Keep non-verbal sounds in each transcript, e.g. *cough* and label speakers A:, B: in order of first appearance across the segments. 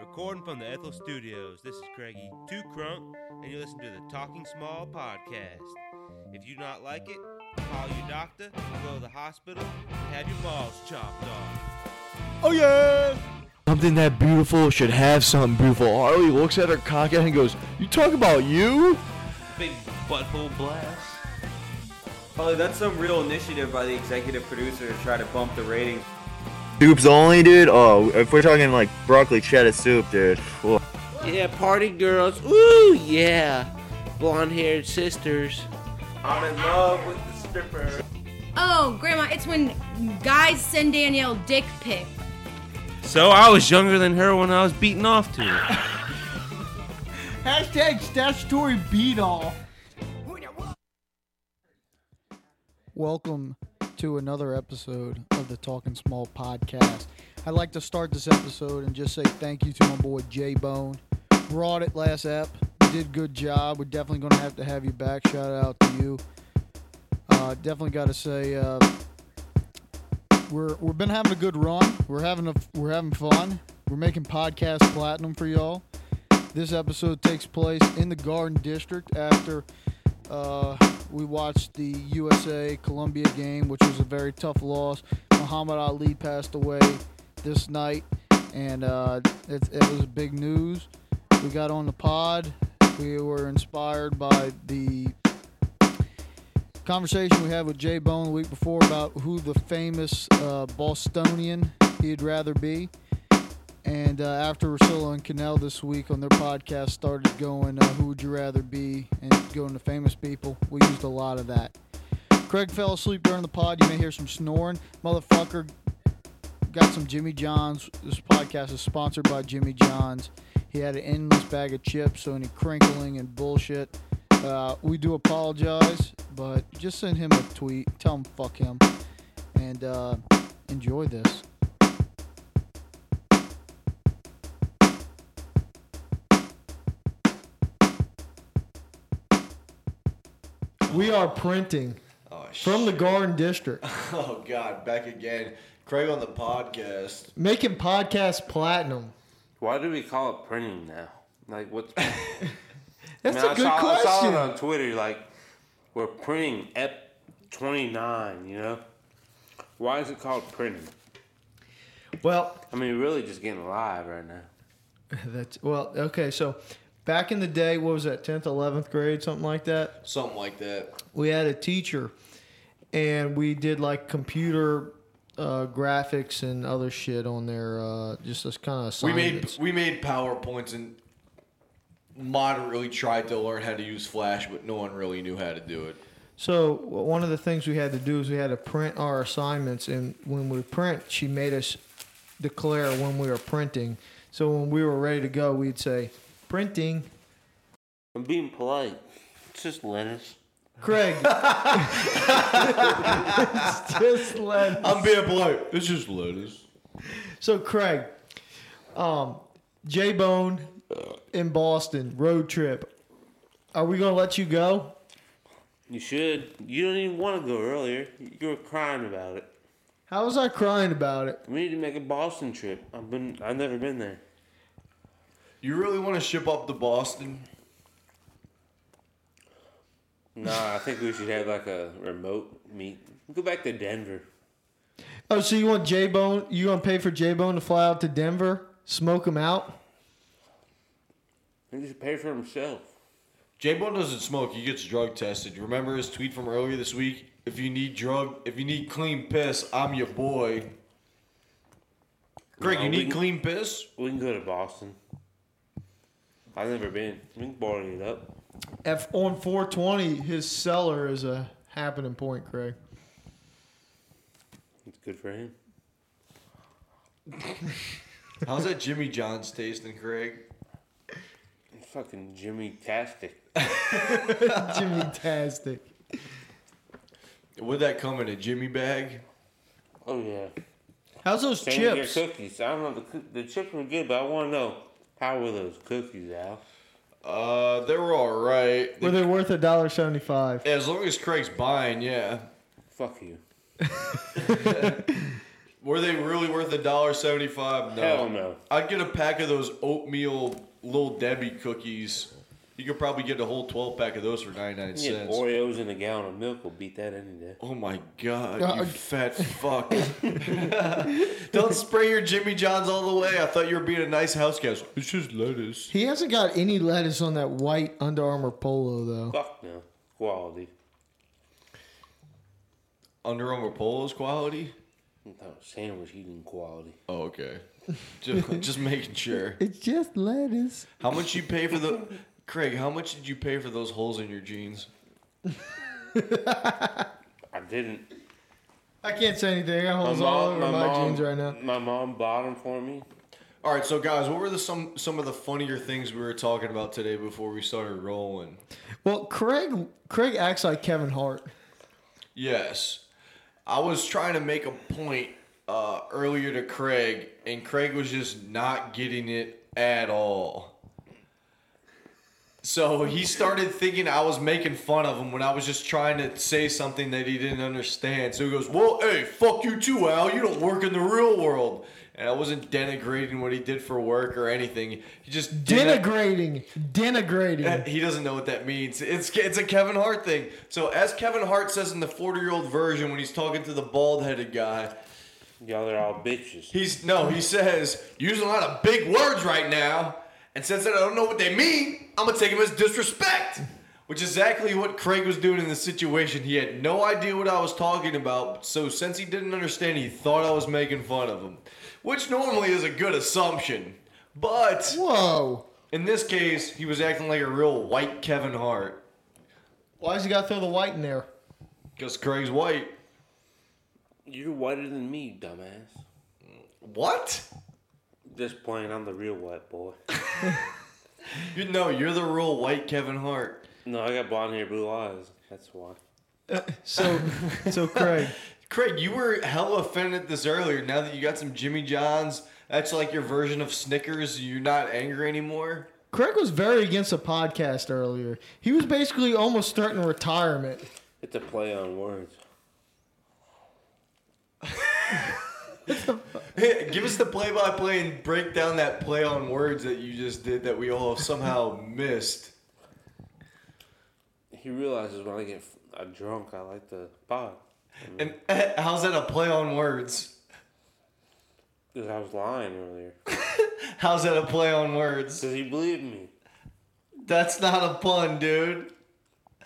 A: Recording from the Ethel Studios, this is Craigie Two Crunk, and you listen to the Talking Small podcast. If you do not like it, call your doctor, go to the hospital, and have your balls chopped off.
B: Oh yeah!
C: Something that beautiful should have something beautiful. Harley looks at her cock and goes, "You talk about you?
A: Big butthole blast.
B: Probably that's some real initiative by the executive producer to try to bump the ratings.
D: Soup's only, dude. Oh, if we're talking like broccoli cheddar soup, dude. Whoa.
E: Yeah, party girls. Ooh, yeah. Blonde haired sisters.
B: I'm in love with the stripper.
F: Oh, Grandma, it's when guys send Danielle dick pic.
A: So I was younger than her when I was beating off to her.
G: Hashtag statutory beat all. Welcome to another episode of the Talking Small podcast. I'd like to start this episode and just say thank you to my boy J Bone. Brought it last ep. Did good job. We're definitely going to have to have you back. Shout out to you. Uh, definitely got to say uh, we're we've been having a good run. We're having a we're having fun. We're making podcast platinum for y'all. This episode takes place in the Garden District after uh, we watched the USA Colombia game, which was a very tough loss. Muhammad Ali passed away this night, and uh, it, it was big news. We got on the pod. We were inspired by the conversation we had with Jay Bone the week before about who the famous uh, Bostonian he'd rather be. And uh, after Rosillo and Cannell this week on their podcast started going, uh, who would you rather be, and going to famous people, we used a lot of that. Craig fell asleep during the pod. You may hear some snoring. Motherfucker got some Jimmy John's. This podcast is sponsored by Jimmy John's. He had an endless bag of chips, so any crinkling and bullshit. Uh, we do apologize, but just send him a tweet. Tell him fuck him. And uh, enjoy this. We are printing
D: Oh, sh-
G: from the Garden District,
D: *laughs* oh God, back again. Craig on the podcast.
G: making podcast platinum.
A: Why do we call it printing now? Like, what's.
G: That's
A: I mean,
G: a good
A: I saw, I saw
G: question.
A: it on Twitter. Like, we're printing Ep 29, you know? Why is it called printing?
G: Well, *laughs*
A: I mean, we're really just getting live right now.
G: that's well, okay. So, back in the day, what was that, 10th, 11th grade, something like that?
D: Something like that.
G: we had a teacher and we did like computer uh, graphics and other shit on there uh, just as kind of
D: We made
G: assignments.
D: we made PowerPoints and moderately tried to learn how to use Flash, but no one really knew how to do it.
G: so w- one of the things we had to do is we had to print our assignments and when we print she made us declare when we were printing so when we were ready to go we'd say printing
A: I'm being polite. It's just lettuce. *laughs*
G: Craig It's just let
D: I'm being polite. It's just lettuce.
G: So Craig, um, J Bone
A: Uh.
G: in Boston
A: *laughs*
G: road trip. Are we gonna let you go?
A: You should. You don't even want to go earlier. You were crying about it.
G: How was I crying about it?
A: We need to make a Boston trip. I've been. I've never been there.
D: You really want to ship up to Boston?
A: Nah, I think we should have like a remote meet. Go back to Denver.
G: Oh, so you want J Bone? You gonna pay for J Bone to fly out to Denver, smoke him out?
A: He just pay for himself.
D: J Bone doesn't smoke. He gets drug tested. You Remember his tweet from earlier this week? If you need drug, if you need clean piss, I'm your boy. Greg,
A: No,
D: you
A: we
D: need
A: can-
D: clean piss?
A: We can go to Boston. I've never been. We can borrow it up.
G: F on 420, his cellar is a happening point, Craig.
A: It's good for him.
D: How's that Jimmy John's tasting, Craig?
A: Fucking Jimmy Tastic.
G: Jimmy Tastic.
D: Would that come in a Jimmy bag?
A: Oh yeah.
G: How's those
A: Same with
G: chips?
A: your cookies. I don't know the coo- the chips were good, but I want to know how were those cookies, Al?
D: Uh, they were all right.
G: Were they worth a dollar seventy-five?
D: as long as Craig's buying, yeah.
A: Fuck you.
D: Were they really worth a dollar seventy-five? No.
H: Hell no.
D: I'd get a pack of those oatmeal little Debbie cookies. You could probably get a whole twelve pack of those for ninety-nine
H: You get
D: cents.
H: Oreos and a gallon of milk will beat that any day.
D: Oh my god, you
I: Uh,
D: fat fuck. *laughs* Don't spray your Jimmy John's all the way. I thought you were being a nice house guest. It's just lettuce.
G: He hasn't got any lettuce on that white Under Armour polo though.
H: Fuck no. Quality.
D: Under Armour Polo's quality?
H: I thought sandwich eating quality.
D: Oh, okay. Just, *laughs* just making sure.
G: It's just lettuce.
D: How much you pay for the Craig, how much did you pay for those holes in your jeans?
H: I didn't.
G: I can't say anything. I got
H: My
G: holes all
H: mom,
G: over
H: my,
G: my,
H: mom,
G: jeans right now.
H: my mom bought them for me.
D: All right, so guys, what were the some some of the funnier things we were talking about today before we started rolling?
G: Well, Craig Craig acts like Kevin Hart.
D: Yes. I was trying to make a point uh, earlier to Craig, and Craig was just not getting it at all. So he started thinking I was making fun of him when I was just trying to say something that he didn't understand. So he goes, Well, hey, fuck you too, Al. You don't work in the real world. And I wasn't denigrating what he did for work or anything. He just didn't-
G: Denigrating.
A: Uh,
G: Denigrating.
D: *laughs* he doesn't know what that means. It's it's a Kevin Hart thing. So as Kevin Hart says in the 40 year old version when he's talking to the bald headed guy,
H: Y'all are all bitches.
D: he's no, he says using a lot of big words right now. And since I don't know what they mean, I'm gonna take him as disrespect. Which is exactly what Craig was doing in this situation. He had no idea what I was talking about, so since he didn't understand, he thought I was making fun of him. Which normally is a good assumption. But
G: Whoa.
D: in this case, he was acting like a real white Kevin Hart.
G: Why does he got to throw the white in there?
D: Because Craig's white.
H: You're whiter than me, you dumbass.
D: What?
H: Just playing, I'm the real white boy.
D: You know, you're the real white Kevin Hart.
H: No, I got blonde hair, blue eyes. That's why.
G: So so Craig.
D: Craig, you were hella offended this earlier. Now that you got some Jimmy John's, that's like your version of Snickers. You're not angry anymore.
G: *laughs* Craig was very against a podcast earlier. He was basically almost threatening retirement.
H: It's a play on words.
D: Hey, give us the play by play and break down that play on words that you just did that we all somehow *laughs* missed.
H: He realizes when I get f- uh, drunk, I like to pod.
D: And eh, how's that a play on words?
H: Because I was lying earlier.
D: How's that a play on words?
H: Because he believed me.
D: That's not a pun, dude.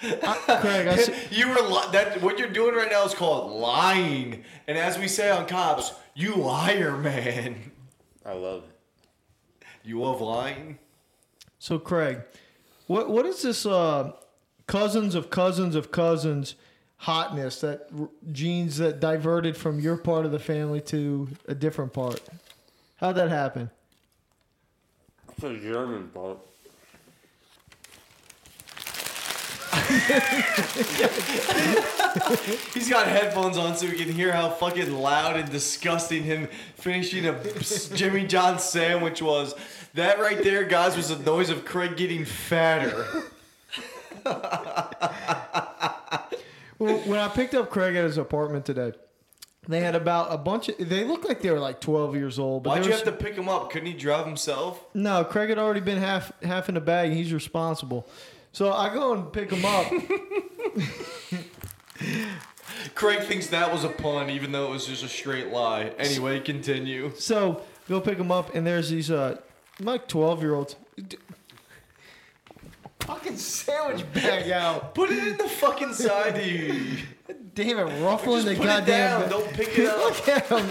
G: Uh, Craig,
D: *laughs*
G: I see,
D: you were li- that what you're doing right now is called lying. And as we say on cops, you liar, man.
H: I love it.
D: You love lying.
G: so Craig, what what is this uh, cousins of cousins of cousins hotness that r- genes that diverted from your part of the family to a different part? How'd that happen?
H: For the German part.
D: He's got headphones on so we can hear how fucking loud and disgusting him finishing a Jimmy John sandwich was. That right there, guys, was the noise of Craig getting fatter.
G: Well, when I picked up Craig at his apartment today, they had about a bunch of. They looked like they were like twelve years old. *laughs* But
D: Why'd
G: there
D: you
G: was-
D: have to pick him up? Couldn't he drive himself?
G: No, Craig had already been half half in the bag. and He's responsible. So I go and pick him up.
D: Craig thinks that was a pun, even though it was just a straight lie. Anyway, continue.
G: so go pick him up, and there's these uh, like twelve year olds. Fucking *laughs* sandwich bag out.
D: Put it in the
G: *laughs*
D: fucking side of you.
G: Damn it, ruffling
D: Just
G: the
D: put it
G: goddamn.
D: down,
G: ba- *laughs*
D: don't pick it up.
G: Look at him.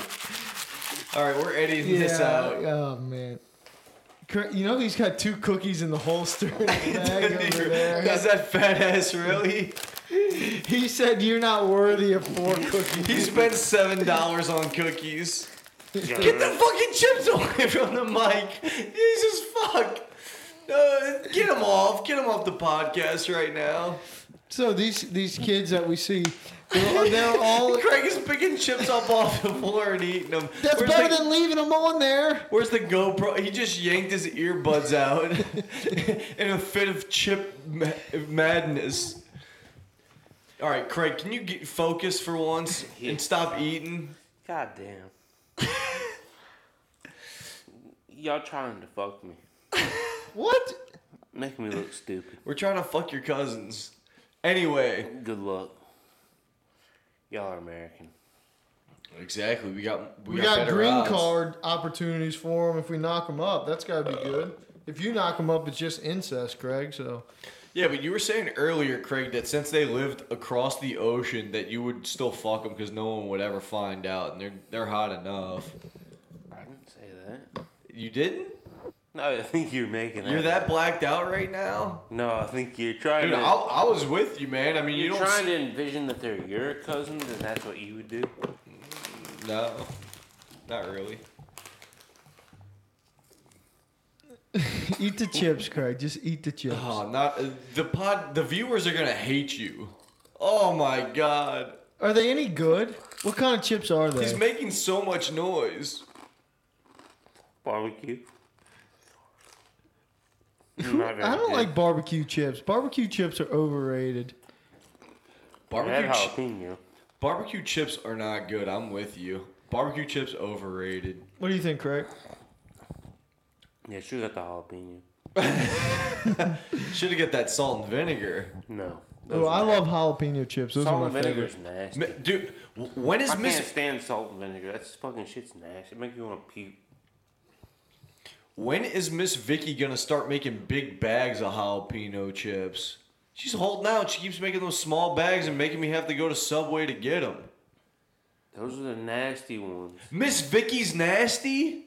D: All right, we're editing this out.
G: Oh man. Cra- You know he's got two cookies in the holster. *laughs* in the bag
D: *laughs*
G: over there.
D: Does that fat ass really?
G: He said you're not worthy of
D: *laughs*
G: four cookies.
D: He spent seven dollars on cookies. Get the fucking chips away from the mic. Jesus fuck. Uh, get him off. Get him off the podcast right now.
G: So these these kids that we see, they're, they're all.
D: *laughs* Craig is picking chips up off the floor and eating them.
G: That's
D: Where's
G: better
D: the-
G: than leaving them on there.
D: Where's the GoPro? He just yanked his earbuds out *laughs* in a fit of chip ma- madness. All right, Craig, can you get focus for once and stop eating?
H: God damn. *laughs* Y'all trying to fuck me.
G: What?
H: Making me look stupid.
D: We're trying to fuck your cousins. Anyway.
H: Good luck. Y'all are American.
D: Exactly. We got we,
G: We, got,
D: better
G: green
D: odds.
G: card opportunities for them if we knock them up. That's got to be good. If you knock them up, it's just incest, Craig. So
D: Yeah, but you were saying earlier, Craig, that since they lived across the ocean, that you would still fuck them because no one would ever find out, and they're they're hot enough.
H: I didn't say that.
D: You didn't?
H: No, I think you're making
D: You're
H: up.
D: that blacked out right now,
H: No, I think you're trying
D: dude.
H: to.
D: I, I was with you, man. I mean, you
H: you're
D: don't.
H: trying to envision that they're your cousins, and that's what you would do.
D: No, not really.
G: eat the chips, Craig. Just eat the chips.
D: Oh, not uh, the pod. The viewers are gonna hate you. Oh my god,
G: Are they any good? What kind of chips are they?
D: he's making so much noise.
G: *laughs*
H: Barbecue. Not very
G: I don't
H: good.
G: like barbecue chips. Barbecue chips are overrated.
H: Add
D: Barbecue, chi-
H: jalapeno.
D: barbecue chips are not good. I'm with you. Barbecue chips overrated.
G: What do you think, Craig?
H: Yeah, she got the jalapeno.
D: Should have got that salt and vinegar.
H: No.
G: Oh, I love jalapeno chips. Those
H: salt
G: are
H: and
G: my
H: vinegar's
G: favorite.
H: nasty.
D: Ma- Dude, w- when
H: I
D: is
H: can't
D: Miss
H: stand salt and vinegar. That's fucking shit's nasty. It makes me want to puke.
D: when is Miss Vicky gonna start making big bags of jalapeno chips? She's holding out. She keeps making those small bags and making me have to go to Subway to get them.
H: Those are the nasty ones.
D: Miss Vicky's nasty.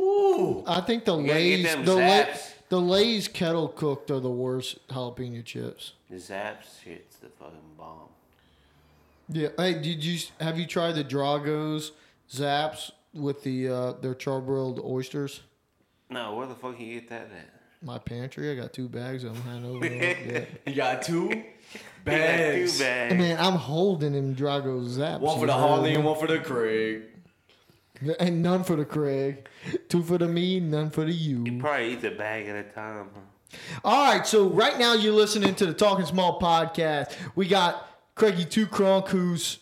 D: Ooh,
G: I think the
H: gotta get
G: Lay's
H: them
G: the, La-
H: zaps.
G: the Lay's kettle cooked are the worst jalapeno chips.
H: The Zaps shit's the fucking bomb.
G: Yeah. Hey, did you have you tried the Dragos Zaps with the uh, their charbroiled oysters?
H: No, where the fuck you get that at?
G: My pantry. I got two bags of them. I
D: *laughs*
G: over. yeah.
D: you got two
H: You got
D: bags.
H: two bags.
G: Man, I'm holding them Drago Zaps.
D: One for the
G: man.
D: Harley and one for the Craig.
G: *laughs* And none for the Craig. Two for the me, none for the you.
H: You probably eat the bag at a time. huh?
G: All right, so right now you're listening to the Talking Small podcast. We got Craigie Two Kronk, who's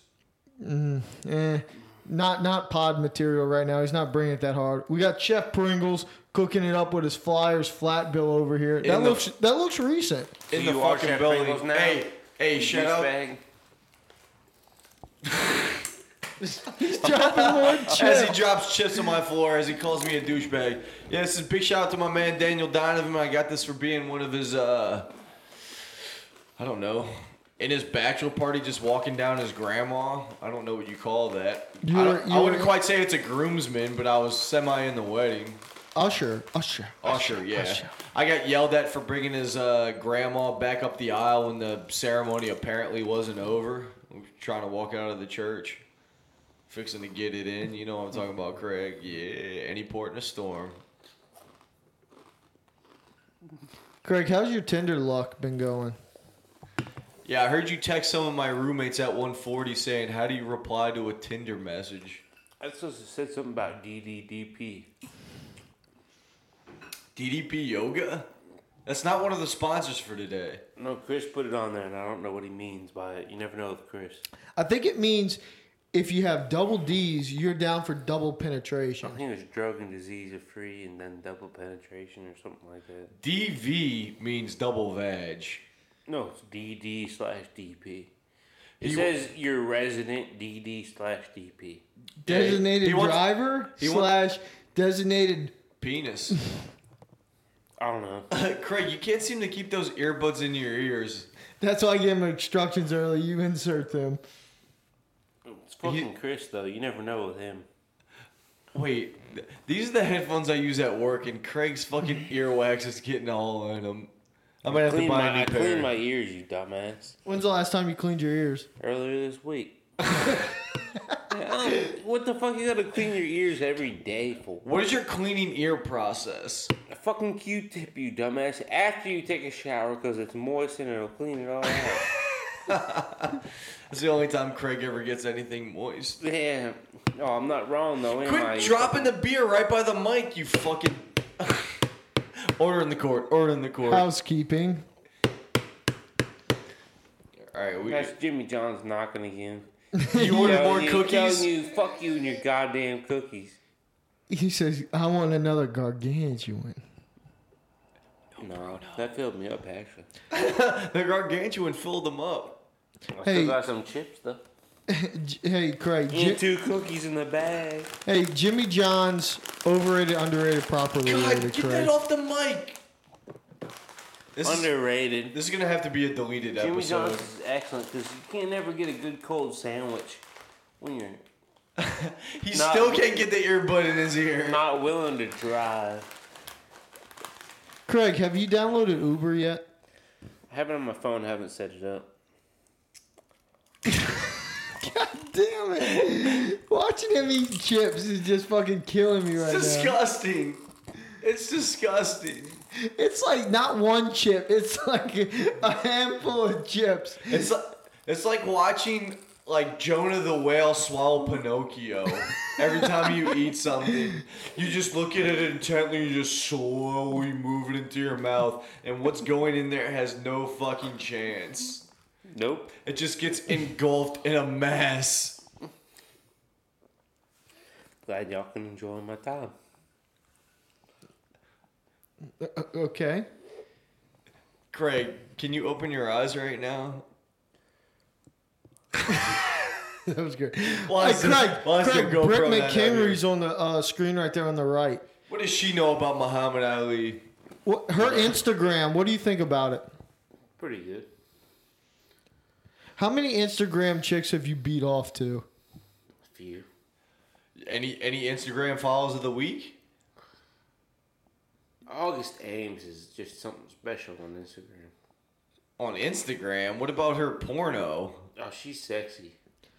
G: mm, eh, not not pod material right now. He's not bringing it that hard. We got Chef Pringles cooking it up with his Flyers flat bill over here. That
D: In the-
G: looks that looks recent.
D: In
H: So
D: the
H: you are
D: fucking
H: Chef
D: building.
H: Pringles now?
D: Hey, hey,
H: You
D: shut up.
H: douchebag.
G: He's dropping more
D: As he
G: chips.
D: drops chips on my floor, as he calls me a douchebag. Yeah, this is big shout out to my man Daniel Donovan. I got this for being one of his, uh, I don't know, in his bachelor party, just walking down his grandma. I don't know what you call that. I,
G: You
D: don't-
G: were- you
D: I wouldn't
G: were-
D: quite say it's a groomsman, but I was semi in the wedding.
G: Usher, Usher.
D: Usher, yeah. I got yelled at for bringing his uh, grandma back up the aisle when the ceremony apparently wasn't over. We were trying to walk out of the church, fixing to get it in. You know what I'm talking about, Craig? Yeah, any port in a storm.
G: Craig, how's your Tinder luck been going?
D: Yeah, I heard you text some of my roommates at 140 saying, "How do you reply to a Tinder message?"
H: I was supposed to say something about DDDP.
D: DDP Yoga? That's not one of the sponsors for today.
H: No, Chris put it on there, and I don't know what he means by it. You never know with Chris.
G: I think it means if you have double D's, you're down for double penetration.
H: I think it was drug and disease are free, and then double penetration or something like that.
D: DV means double vag.
H: No, it's DD slash DP. It
D: He-
H: says your resident DD slash DP.
G: designated
D: He wants-
G: driver
D: he wa-
G: slash designated
D: Penis.
H: I don't know.
D: *laughs* Craig, you can't seem to keep those earbuds in your ears.
G: that's why i gave him instructions early you insert them
H: It's fucking Chris though. You never know with him.
D: Wait, th- these are the headphones I use at work, and Craig's
H: *laughs*
D: fucking earwax is getting all in them. I might have
H: Clean
D: to buy
H: my,
D: a new
H: I
D: pair.
H: cleaned my ears, you dumbass.
G: when's the last time you cleaned your ears
H: Earlier this
D: *laughs*
H: week. I don't- what the fuck you gotta clean your ears every day for?
D: What is your cleaning ear process?
H: A fucking Q-tip, you dumbass. After you take a shower, cause it's moist and it'll clean it all out.
D: *laughs* That's the only time Craig ever gets anything moist.
H: Damn. Oh, I'm not wrong though. Am
D: Quit
H: I?
D: dropping the beer right by the mic, you fucking. *laughs* order in the court. Order in the court.
G: housekeeping
D: all right, we.
H: That's Jimmy John's knocking again.
D: *laughs*
H: *laughs*
D: You ordered
H: Yo,
D: more
H: you- yo,
D: cookies.
H: You fuck you and your goddamn cookies.
G: He says, "I want another gargantuan."
H: No, that filled me up actually.
D: The gargantuan filled them up.
H: I
G: Hey.
H: still got some chips though.
G: *laughs* J- hey, Craig. Ji-
H: And two cookies in the bag.
G: hey, Jimmy John's overrated, underrated, properly
D: God,
G: rated.
D: get
G: Craig.
D: that off the mic. This is,
H: Underrated.
D: this is gonna have to be a deleted
H: Jimmy
D: episode.
H: John's is excellent because you can't ever get a good cold sandwich when you're
D: He
H: Nah.
D: still can't get the earbud in his ear.
H: not willing to drive.
G: Craig, have you downloaded Uber yet?
H: I have it on my phone. I haven't set it up.
G: Damn *laughs* it! Watching him eat chips is just fucking killing me right
D: It's
G: now.
D: disgusting. It's disgusting.
G: It's like not one chip. It's like a handful of chips.
D: It's like, it's like watching like Jonah the whale swallow Pinocchio. Every time you eat something, you just look at it intently. You just slowly move it into your mouth, and what's going in there has no fucking chance.
H: Nope.
D: It just gets engulfed in a mess.
H: Glad y'all can enjoy my time.
G: Uh, Okay. *laughs*
D: Craig, can you open your eyes right now?
G: That was good.
D: Why
G: Hey,
D: is
G: Craig,
D: the- why is the
G: Craig,
D: GoPro
G: Brett
D: not out here?
G: McHenry's on the uh, screen right there on the right.
D: What does she know about Muhammad Ali?
G: What, her Instagram. What do you think about it?
H: Pretty good.
G: How many Instagram chicks have you beat off to?
H: Few.
D: Any any Instagram follows of the week?
H: August Ames is just something special on Instagram.
D: On Instagram, what about her porno?
H: Oh, she's sexy.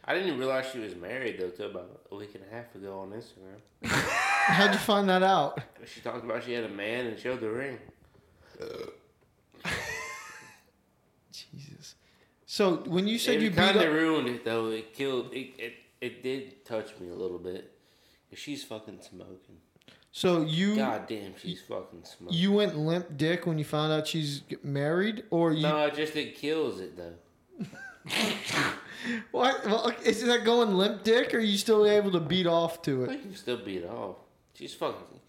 H: I didn't even realize she was married though till about a week and a half ago on Instagram.
G: How'd you find that out?
H: She talked about she had a man and showed the ring.
G: Jesus. So when you said you
H: it
G: beat
H: kind of
G: up,
H: ruined it though. It killed. It, it it did touch me a little bit. 'Cause She's fucking smoking.
G: so you
H: God damn, she's fucking smoking.
G: you went limp dick when you found out she's g- married, or you?
H: no, it just it kills it though.
G: What? Well, is that going limp dick, or are you still able to beat off to
H: I
G: it?
H: can still beat off. She's fucking.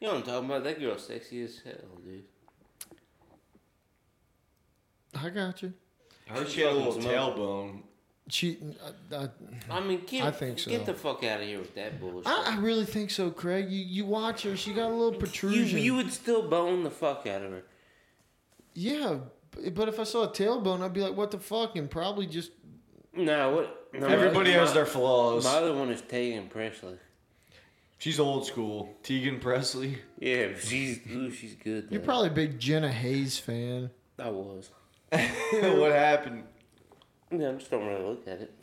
H: You know what I'm talking about? That girl's sexy as hell, dude.
G: I got you.
D: I heard she had a little
H: Fucking smoke.
D: tailbone.
G: She, uh, I, I,
H: I mean, get,
G: I think so.
H: get the fuck out of here with that bullshit.
G: I I really think so, Craig. You you watch her. She got a little
H: you,
G: protrusion.
H: you would still bone the fuck out of her.
G: yeah, b- but if I saw a tailbone, I'd be like, "What the fuck?" And probably just
H: No, what? No,
D: Everybody
H: my,
D: has their
H: My
D: flaws.
H: other one is Tegan Presley.
D: She's old school. Tegan Presley. *laughs*
H: Yeah, but she's ooh, she's good.
G: you're
H: though.
G: probably a big Jenna Hayes fan.
H: I was.
D: what happened?
H: Yeah, I just don't really look at it.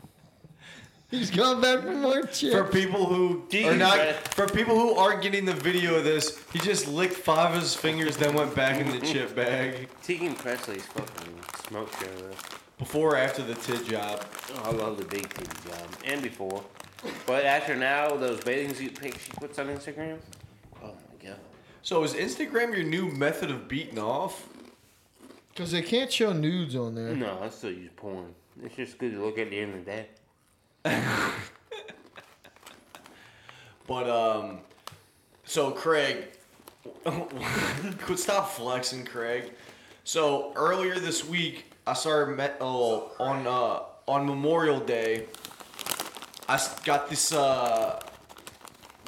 G: He's coming back for more chips.
D: For people who are
H: Tegan
D: not,
H: Pres-
D: for people who aren't getting the video of this, he just licked five of his fingers, then went back in the chip bag.
H: Tegan Presley's fucking smoke show though.
D: Before or after the tit job.
H: Oh, I love the big titty job. And before. But after now, those bathing suit pics she puts on Instagram. Oh my god.
D: So is Instagram your new method of beating off?
G: Because they can't show nudes on there.
H: No, I still use porn. It's just good to look at the end of the day.
D: But um, so Craig, *laughs* could stop flexing, Craig. So earlier this week, I started met oh, on uh on Memorial Day. I s- got this uh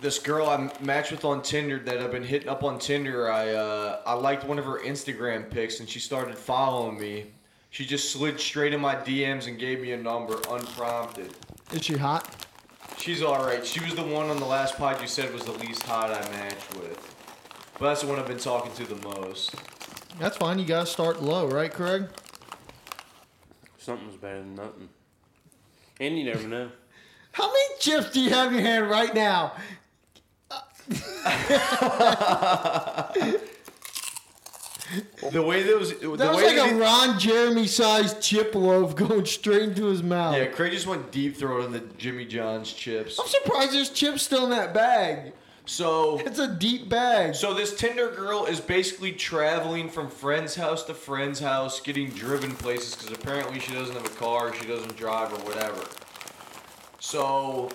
D: this girl I m- matched with on Tinder that I've been hitting up on Tinder. I uh I liked one of her Instagram pics and she started following me. She just slid straight in my DMs and gave me a number unprompted.
G: Is she hot?
D: She's all right. She was the one on the last pod you said was the least hot I matched with. But that's the one I've been talking to the most.
G: That's fine. You gotta start low, right, Craig?
H: Something's better than nothing. And you
D: *laughs*
H: never know.
G: How many chips do you have in your hand right now?
D: The way those, the
G: That was
D: way
G: like
D: that
G: a
D: he-
G: Ron Jeremy sized chip loaf *laughs* going straight into his mouth.
D: yeah, Craig just went deep throat on the Jimmy John's chips.
G: I'm surprised there's chips still in that bag.
D: So,
G: It's a deep bag.
D: so this Tinder girl is basically traveling from friend's house to friend's house, getting driven places because apparently she doesn't have a car, she doesn't drive or whatever. So,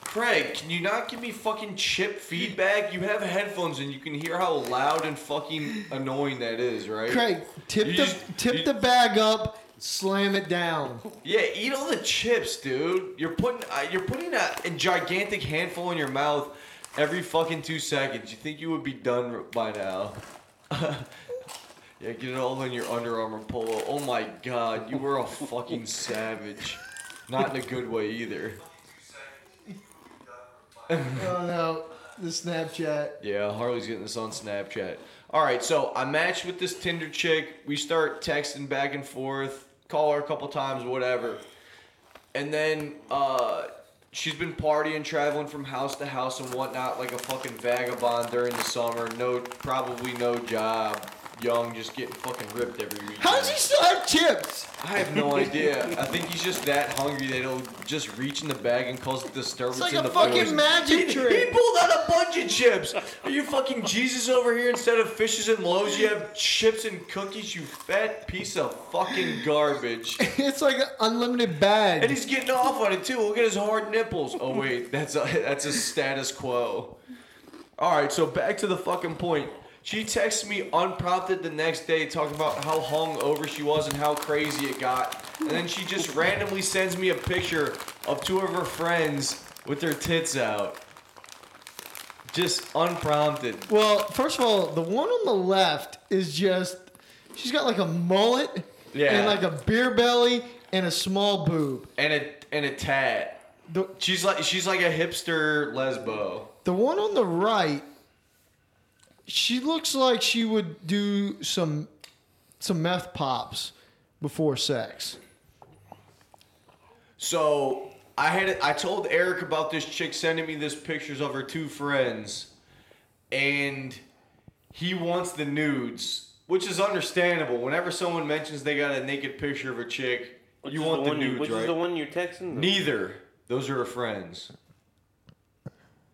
D: Craig, can you not give me fucking chip feedback? You have headphones and you can hear how loud and fucking annoying that is, right?
G: Craig, tip
D: You
G: the
D: just-
G: tip
D: you-
G: the bag up, slam it down.
D: Yeah, eat all the chips, dude. You're putting uh, you're putting a, a gigantic handful in your mouth every fucking two seconds. You think you would be done by now? *laughs* yeah, get it all in your Under Armour polo. Oh my god, you were a fucking savage. Not in a good way either.
G: Oh no, the Snapchat.
D: Yeah, Harley's getting this on Snapchat. All right, so I matched with this Tinder chick. We start texting back and forth, call her a couple times, whatever. And then uh, she's been partying, traveling from house to house and whatnot, like a fucking vagabond during the summer. No, probably no job. Young, just getting fucking ripped every week.
G: How does he still have chips? *laughs*
D: I have no idea. I think he's just that hungry that he'll just reach in the bag and cause a disturbance
G: It's like
D: in
G: a
D: the
G: fucking
D: boys.
G: magic
D: He- He
G: trick.
D: pulled out a bunch of chips. Are you fucking Jesus over here? Instead of fishes and loaves, you have chips and cookies. You fat piece of fucking garbage.
G: It's like an unlimited
D: And
G: bag.
D: he's getting off on it too. Look at his hard nipples. Oh wait, that's a that's a status quo. All right, so back to the fucking point. She texts me unprompted the next day, talking about how hungover she was and how crazy it got. And then she just randomly sends me a picture of two of her friends with their tits out. Just unprompted.
G: Well, first of all, the one on the left is just she's got like a mullet
D: Yeah.
G: and like a beer belly and a small boob.
D: And a and a tat.
G: The
D: She's like she's like a hipster lesbo.
G: the one on the right, she looks like she would do some some meth pops before sex.
D: So I had I told Eric about this chick sending me this pictures of her two friends, and he wants the nudes, which is understandable. Whenever someone mentions they got a naked picture of a chick,
H: Which
D: you
H: is
D: want
H: the
D: the,
H: one you-
D: nudes,
H: Which
D: right?
H: is the one you're texting? The-
D: Neither. Those are her friends,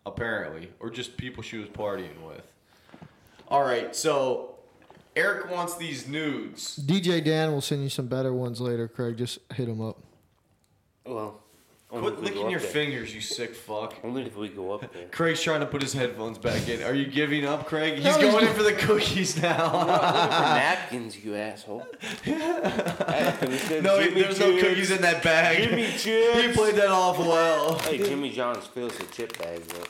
D: apparently, or just people she was partying with. All right, so Eric wants these nudes.
G: DJ Dan will send you some better ones later, Craig. Just hit him up.
H: Well, only if
D: Quit
H: we go
D: licking
H: up
D: your
H: there.
D: fingers, you sick fuck.
H: Only if we go up there.
D: Craig's trying to put his headphones back in. Are you giving up, Craig? He's
G: No, he's
D: going in for the cookies now.
H: Looking for napkins,
D: *laughs*
H: you asshole.
D: no,
H: no,
D: there's no cookies in that bag. *laughs*
H: Jimmy
D: He
H: chips.
D: played that
G: *laughs*
D: off well.
H: Hey, Jimmy John's fills the chip bag up.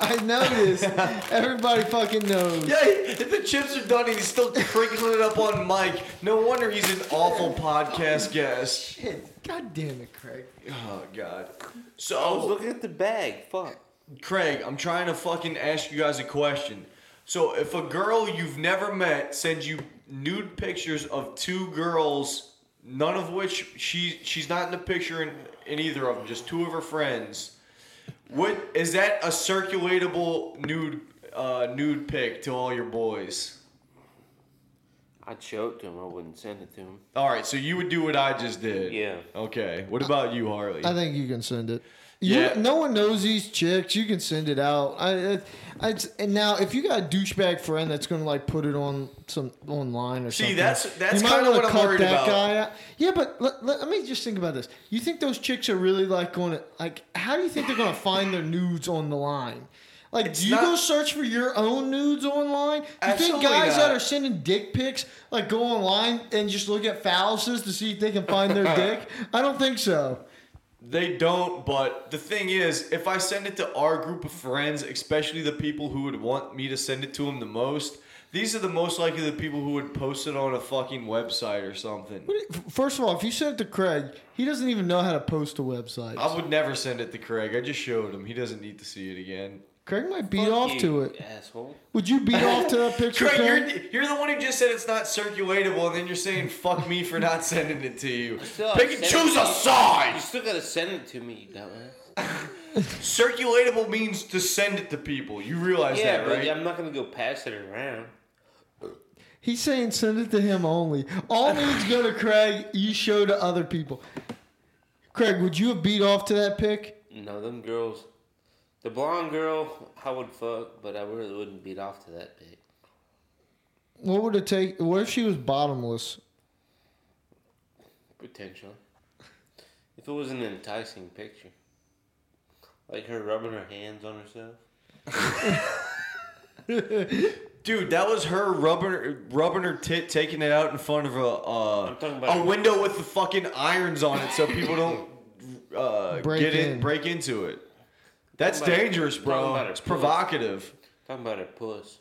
G: I noticed. Everybody fucking knows.
D: Yeah, if the chips are done, he's still crinkling it up on Mike. No wonder he's an
G: *laughs*
D: awful podcast guest.
G: Shit. God damn it, Craig.
D: Oh God.
H: I was
D: So
H: looking at the bag. Fuck.
D: Craig, I'm trying to fucking ask you guys a question. So if a girl you've never met sends you nude pictures of two girls, none of which she she's not in the picture in, in either of them, just two of her friends. What is that a circulatable nude uh, nude pic to all your boys?
H: I'd show it to him. I wouldn't send it to him.
D: All right, so you would do what I just did.
H: Yeah.
D: Okay. What about you, Harley?
I: Uh,
G: I think you can send it.
D: Yeah.
G: You, no one knows these chicks. You can send it out. I, I, I and now if you got a douchebag friend that's gonna like put it on some online or
D: See,
G: something.
D: that's- that's
G: you might
D: kinda
G: wanna
D: what I'm
G: cut
D: worried
G: that
D: about.
G: Guy out. Yeah, but let, let, let me just think about this. You think those chicks are really like going to like? How do you think they're gonna find their nudes on the line? Like, do you
D: not-
G: go search for your own nudes online? You think
D: Absolutely
G: guys
D: not.
G: that are sending dick pics like go online and just look at phalluses to see if they can find
D: *laughs*
G: their dick? I don't think so.
D: They don't, but the thing is, if I send it to our group of friends, especially the people who would want me to send it to them the most, these are the most likely the people who would post it on a fucking website or something.
G: What do you- First of all, if you send it to Craig, he doesn't even know how to post a website.
D: I would never send it to Craig. I just showed him. He doesn't need to see it again.
G: Craig might beat
H: Fuck
G: off
H: you,
G: to it.
H: Asshole.
G: Would you beat off to that picture,
D: Craig,
G: Craig?
D: you're, you're the one who just said it's not circulatable, and then you're saying fuck me for not *laughs* sending it to you.
H: Still,
D: Pick and
H: send it
D: choose
H: to
D: a
H: me.
D: side!
H: You still gotta send it to me, you dumbass.
D: Circulatable means to send it to people. You realize
H: Yeah,
D: that, right?
H: but I'm not gonna go pass it around.
G: He's saying send it to him only. All needs go to Craig. You show to other people. Craig, would you have beat off to that pic?
H: No, them girls. The blonde girl, I would fuck, but I really wouldn't beat off to that pic.
G: What would it take? What if she was bottomless?
H: Potentially. If it was an enticing picture. Like her rubbing her hands on herself.
D: Dude, that was her rubbing rubbing her tit, taking it out in front of a
H: I'm
D: uh,
H: talking about-
D: a window with the fucking irons on it, so people don't uh,
G: Break
D: get in.
G: in.
D: break into it. That's
H: Talking about-
D: dangerous,
H: talking
D: bro.
H: about her
D: It's
H: puss.
D: provocative.
H: Talking about her puss.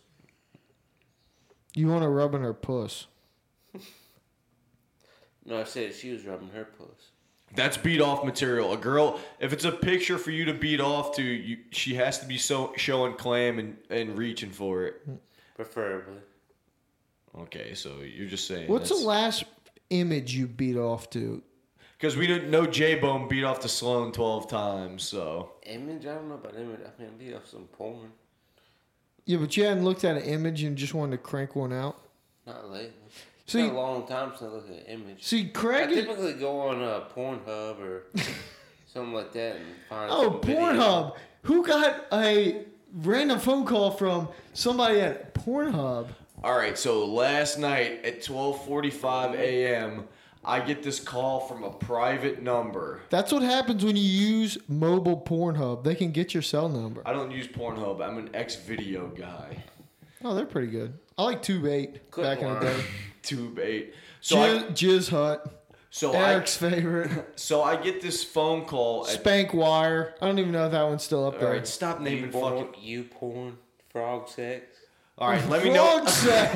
G: You want to rub in her puss.
H: No, I said she was rubbing her puss.
D: That's beat off material. A girl, if it's a picture for you to beat off to, you, she has to be so showing clam and, and reaching for it.
H: Preferably.
D: Okay, so you're just saying.
G: What's the last image you beat off to?
D: Because we didn't know J Bone beat off to Sloan twelve times, so
H: Image, I don't know about image. I mean, be off some porn.
G: Yeah, but you hadn't looked at an image and just wanted to crank one out.
H: Not lately. It's
G: See-
H: been a long time since I looked at image.
G: See,
H: I
G: Craig. is-
H: typically go on uh, Pornhub
G: *laughs*
H: or something like that and find.
G: Oh,
H: some video.
G: Pornhub. Who got uh, a random phone call
D: um,
G: from somebody at Pornhub?
D: All right, so last night at 12:45 a.m., I get this call from a private number.
G: That's what happens when you use mobile Pornhub. They can get your cell number.
D: I don't use Pornhub. I'm an ex-video guy.
G: Oh, they're pretty good. I like Tube Eight
H: Good
G: back in
H: lord.
G: the day.
D: Tube eight. So
G: Jizz,
D: I,
G: Jizz Hut,
D: so I
G: Eric's favorite.
D: *laughs* so I get this phone call. At,
G: Spank Wire. I don't even know if that one's still up
D: all
G: there.
D: right, stop
H: You
D: naming
H: porn,
D: fucking.
H: you porn, frog sex.
D: All right, let me
G: Frog
D: know. *laughs*
G: sex.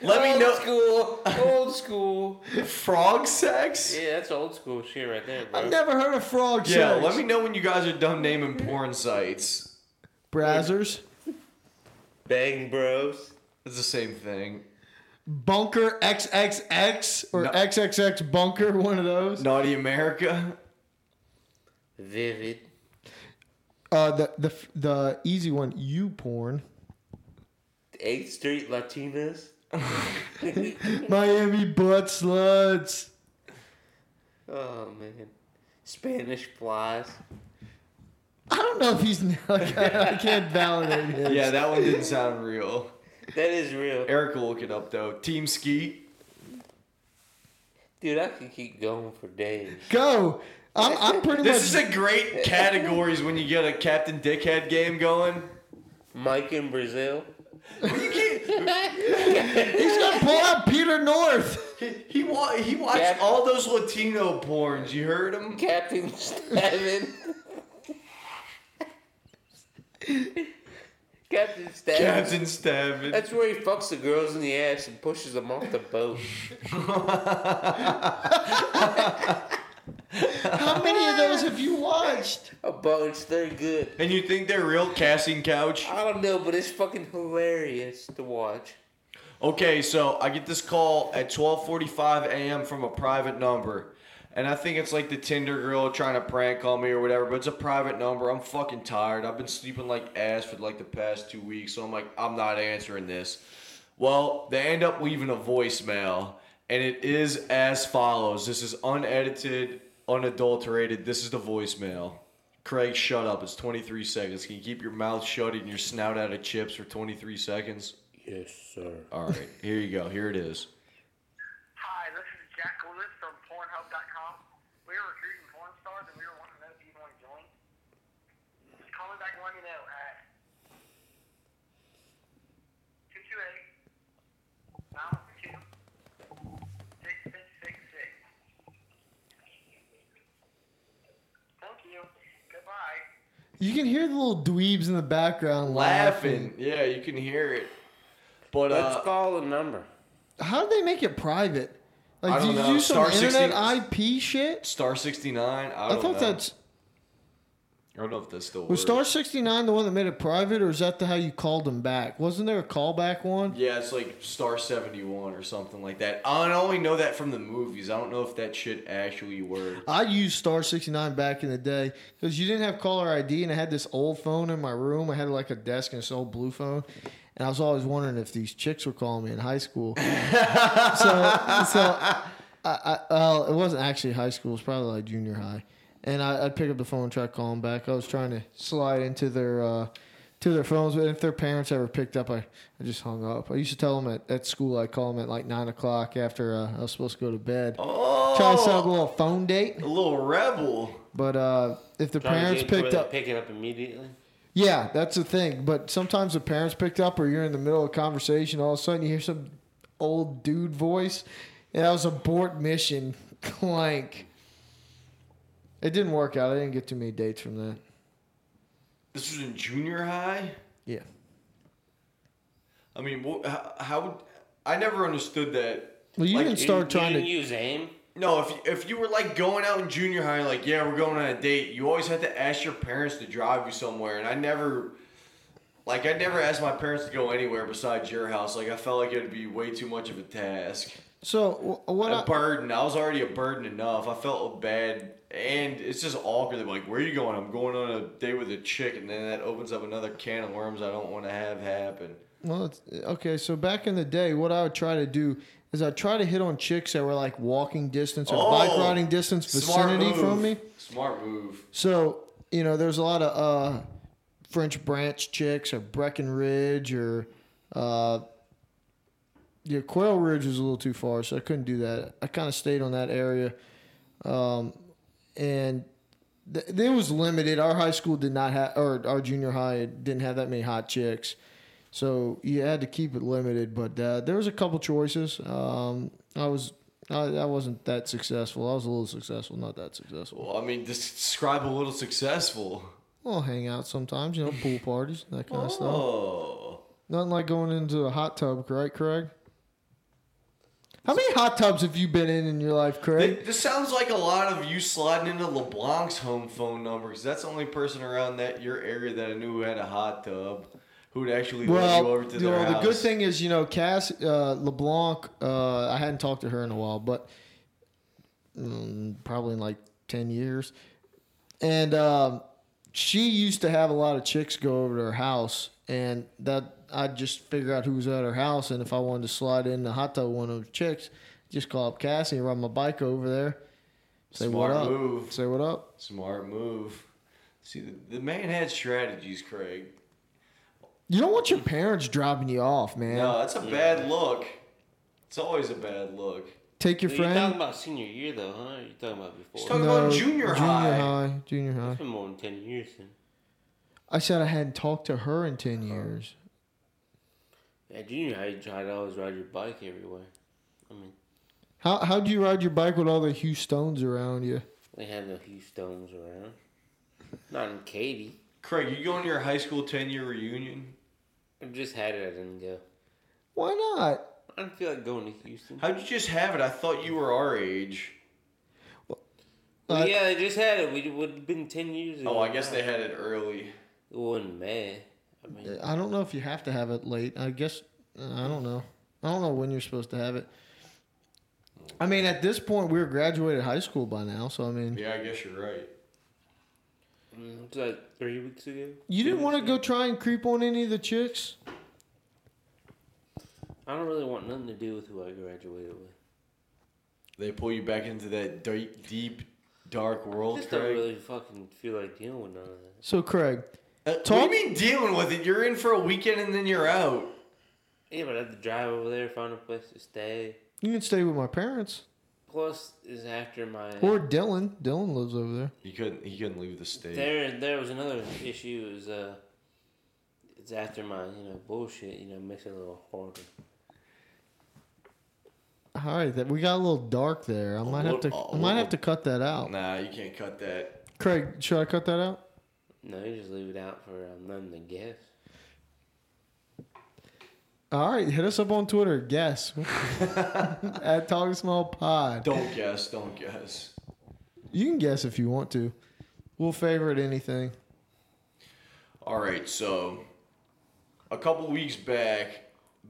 D: Let me
H: old
D: know.
G: Oh,
H: school, old school.
D: Frog sex.
H: *laughs* Yeah, that's old school shit right there, bro.
G: I've never heard of frog
D: Yeah,
G: sex.
D: let me know when you guys are done naming porn sites.
G: Brazzers.
H: Bang Bros.
D: It's the same thing.
G: Bunker XXX or
D: No.
G: XXX Bunker, one of those.
D: Naughty America.
H: Vivid.
G: Uh, the the the easy one, you porn.
H: 8th Street Latinas. Oh,
G: Miami butt sluts.
H: Oh, man. Spanish flies.
G: I don't know if he's *laughs* like, I, I can't validate him.
D: Yeah, that one didn't sound real.
H: That is real.
D: Eric will look it up though. Team Ski.
H: Dude, I could keep going for days.
G: Go. I'm I'm pretty
D: This is
G: much
D: a great categories when you get a Captain Dickhead game going.
H: Mike in Brazil.
G: he's gonna pull out Peter North.
D: He he, wa- he watched
H: Yeah.
D: all those Latino porns. You heard him.
H: Captain *laughs* Stabbin. Captain Stabbin.
D: Captain Stabbing.
H: That's where he fucks the girls in the ass and pushes them off the boat.
G: How many of those have you watched?
H: A bunch, they're good.
D: And you think they're real casting couch?
H: I don't know, but it's fucking hilarious to watch.
D: Okay, so I get this call at 12:45 a.m. from a private number. And I think it's like the Tinder girl trying to prank call me or whatever, but it's a private number. I'm fucking tired. I've been sleeping like ass for like the past 2 weeks, so I'm like I'm not answering this. Well, they end up leaving a voicemail and it is as follows. This is unedited, unadulterated. This is the voicemail. Craig, shut up. It's 23 seconds. Can you keep your mouth shut and your snout out of chips for 23 seconds?
H: Yes, sir.
D: All right, here you go. Here it is.
J: Hi, this is Jack Lewis from Pornhub.com. We are recruiting porn stars, and we are wanting to know if you want to join. Just call me back and let me know at 228 Thank you. Goodbye.
G: You can hear the little dweebs in the background
D: Laughing.
G: laughing.
D: Yeah, you can hear it. But
H: Let's
D: uh,
H: call a number.
G: How did they make it private? Like,
D: I don't
G: did
D: know.
G: you do some
D: Star 16
G: internet IP shit?
D: Star 69, I,
G: I,
D: don't
G: thought
D: know.
G: that's
D: I don't know if that's still
G: was Star sixty nine the one that made it private, or is that the how you called them back? Wasn't there a callback one?
D: Yeah, it's like Star 71 or something like that. I only know that from the movies. I don't know if that shit actually worked.
G: I used Star 69 back in the day because you didn't have caller ID, and I had this old phone in my room. I had like a desk and this old blue phone. And I was always wondering if these chicks were calling me in high school. so, so I, I, well, it wasn't actually high school. It was probably like junior high. And I, I'd pick up the phone and try to call them back. I was trying to slide into their uh, to their phones, but if their parents ever picked up, I, I just hung up. I used to tell them at, at school, I call them at like nine o'clock after uh, I was supposed to go to bed.
D: Oh,
G: Try to set up a little phone date.
D: a little rebel.
G: But uh, if the
H: Trying to
G: parents
H: get to where
G: picked
H: they
G: up,
H: Pick it up immediately.
G: yeah, that's the thing. But sometimes the parents picked up, or you're in the middle of a conversation, all of a sudden you hear some old dude voice. Yeah, that was abort mission. *laughs* Clank. It didn't work out. I didn't get too many dates from that.
D: This was in junior high.
G: Yeah.
D: I mean, wh- how, how? I never understood that.
G: Well, you
D: Like,
G: didn't start trying to.
H: use aim.
D: No, if if you were like going out in junior high, like yeah, we're going on a date. You always had to ask your parents to drive you somewhere, and I never, like, I never asked my parents to go anywhere besides your house. Like, I felt like it'd be way too much of a task,
G: so wh- what?
D: a
G: I,
D: burden. I was already a burden enough. I felt bad, and it's just awkward. Like, where are you going? I'm going on a date with a chick, and then that opens up another can of worms I don't want to have happen.
G: Well, it's, okay, so back in the day, what I would try to do is I'd try to hit on chicks that were like walking distance or bike
D: Oh,
G: riding distance
D: smart
G: vicinity
D: move.
G: from me.
D: Smart move.
G: So, you know, there's a lot of uh, French Branch chicks or Breckenridge or uh, yeah, Quail Ridge was a little too far, so I couldn't do that. I kind of stayed on that area. Um, and th- it was limited. Our high school did not have, or our junior high didn't have that many hot chicks. So you had to keep it limited, but uh, there was a couple choices. Um, I was, I, I wasn't that successful. I was a little successful, not that successful.
D: Well, I mean, describe a little successful.
G: Well, hang out sometimes, you know, pool parties, that kind of stuff.
D: Oh.
G: Nothing like going into a hot tub, right, Craig? How many hot tubs have you been in in your life, Craig?
D: This sounds like a lot of you sliding into LeBlanc's home phone number because that's the only person around that your area that I knew who had a hot tub who would actually let you
G: well,
D: over to
G: you
D: their
G: know, the
D: house.
G: good thing is, you know, Cass uh, LeBlanc. Uh, I hadn't talked to her in a while, but mm, probably in like ten years. And um, she used to have a lot of chicks go over to her house, and that I'd just figure out who was at her house, and if I wanted to slide in the hot tub with one of those chicks, just call up Cassie and ride my bike over there. Say
D: Smart
G: what up.
D: move.
G: Say what up.
D: Smart move. See, the, the man had strategies, Craig.
G: You don't want your parents dropping you off, man.
D: No, that's a bad look. It's always a bad look.
G: Take your
H: Well,
G: friend.
H: You're talking about senior year though, huh? You're talking about before.
D: He's talking about junior high.
G: Junior high.
H: It's been more than ten years then.
G: I said I hadn't talked to her in 10 years.
H: At junior high, you tried to always ride your bike everywhere. I mean,
G: How, how'd you ride your bike with all the Hugh Stones around you?
H: they had no Houstones around. Not in Katy.
D: Craig, you going to your high school 10 year reunion?
H: I just had it. I didn't go.
G: Why not?
H: I didn't feel like going to Houston.
D: How'd you just have it? I thought you were our age.
H: Well, yeah, they just had it. We would have been ten years ago.
D: Oh, I guess they had it early.
H: It wasn't mad. I mean,
G: I don't know if you have to have it late. I guess, I don't know. I don't know when you're supposed to have it. I mean, at this point, we were graduated high school by now, so I mean,
D: Yeah, I guess you're right.
H: mm, it was like three weeks ago.
G: you didn't want to go try and creep on any of the chicks?
H: I don't really want nothing to do with who I graduated with.
D: They pull you back into that deep, deep dark
H: I
D: world,
H: just don't
D: Craig.
H: really fucking feel like dealing with none of that.
G: So, Craig,
D: Uh,
G: Talk-
D: What do you mean dealing with it? You're in for a weekend and then you're out.
H: Yeah, but I have to drive over there, find a place to stay.
G: you can stay with my parents.
H: Plus, is after my
G: Or Dylan. Dylan lives over there.
D: He couldn't. He couldn't leave the state.
H: there. There was another issue. Is uh, it's after my you know bullshit. You know, makes it a little harder.
G: All right, that we got a little dark there. I might have to. I might have to cut that out.
D: Nah, you can't cut that.
G: Craig, should I cut that out?
H: No, you just leave it out for um, nothing to guess.
G: All right, hit us up on Twitter. Guess *laughs* at Talking Small Pod.
D: Don't guess. Don't guess.
G: You can guess if you want to. We'll favorite anything.
D: All right. So, a couple weeks back,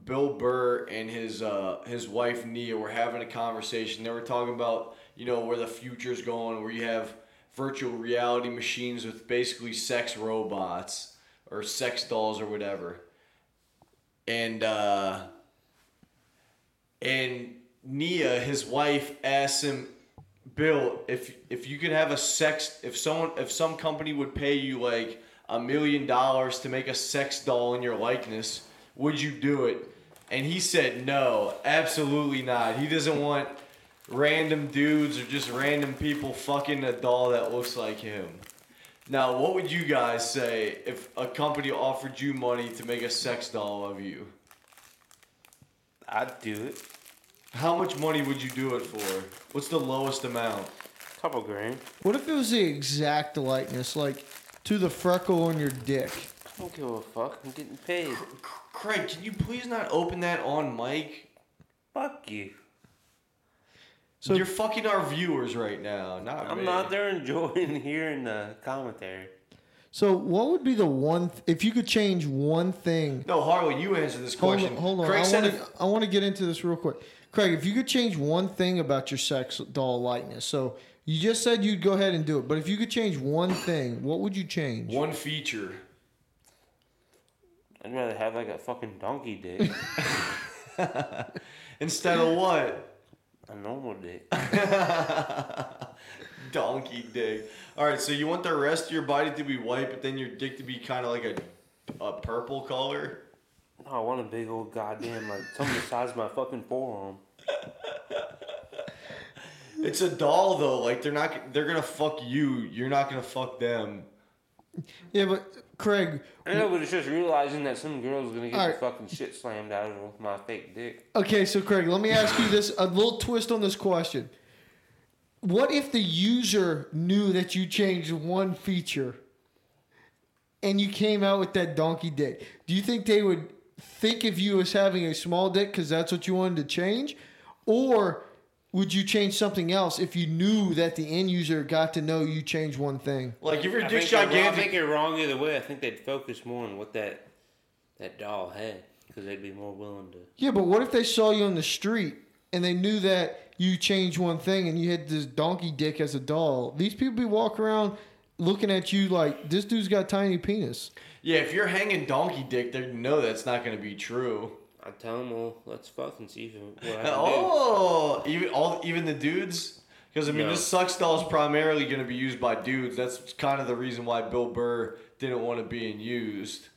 D: Bill Burr and his uh, his wife Nia were having a conversation. They were talking about you know where the future's going, where you have virtual reality machines with basically sex robots or sex dolls or whatever. And uh, and Nia, his wife, asks him, Bill, if if you could have a sex, if someone, if some company would pay you like a million dollars to make a sex doll in your likeness, would you do it? And he said, no, absolutely not. He doesn't want random dudes or just random people fucking a doll that looks like him. Now, what would you guys say if a company offered you money to make a sex doll of you?
H: I'd do it.
D: How much money would you do it for? What's the lowest amount?
H: Couple grand.
G: What if it was the exact likeness, like to the freckle on your dick? *laughs*
H: I don't give a fuck. I'm getting paid.
D: Craig, can you please not open that on mic?
H: Fuck you.
D: So you're fucking our viewers right now. Not
H: I'm
D: me.
H: not there enjoying *laughs* hearing the commentary.
G: So, what would be the one th- if you could change one thing?
D: No, Harley, you answer this
G: Hold
D: question.
G: on, hold on.
D: Craig
G: I
D: said,
G: want to. I want to get into this real quick. Craig, if you could change one thing about your sex doll likeness, so you just said you'd go ahead and do it, but if you could change one thing, what would you change?
D: one feature.
H: I'd rather have like a fucking donkey dick.
D: Instead of what? *laughs*
H: a normal dick. *laughs*
D: Donkey dick. All right, so you want the rest of your body to be white, but then your dick to be kind of like a, a purple color?
H: No, I want a big old goddamn like something the size of my fucking forearm.
D: It's a doll though. Like they're not. They're gonna fuck you. You're not gonna fuck them.
G: Yeah, but Craig,
H: I know, but it's just realizing that some girl's gonna get
G: Alright.
H: the fucking shit slammed out of her with my fake dick.
G: Okay, so Craig, let me ask you this a little twist on this question. What if the user knew that you changed one feature and you came out with that donkey dick? Do you think they would think of you as having a small dick because that's what you wanted to change? Or would you change something else if you knew that the end user got to know you changed one thing?
D: Like if your
H: I
D: dick's
H: think you're wrong- I
D: gigantic,
H: think you're wrong either way. I think they'd focus more on what that that doll had because they'd be more willing to.
G: Yeah, but what if they saw you on the street and they knew that you changed one thing and you had this donkey dick as a doll? These people be walking around looking at you like this dude's got tiny penis. *laughs*
D: yeah. If you're hanging donkey dick, they know that's not gonna be true.
H: I tell them, well, let's fucking see *laughs* if what I can
D: Oh, even all even the dudes. Because I mean,
H: No.
D: this sex doll is primarily going to be used by dudes. That's kind of the reason why Bill Burr didn't want it being used.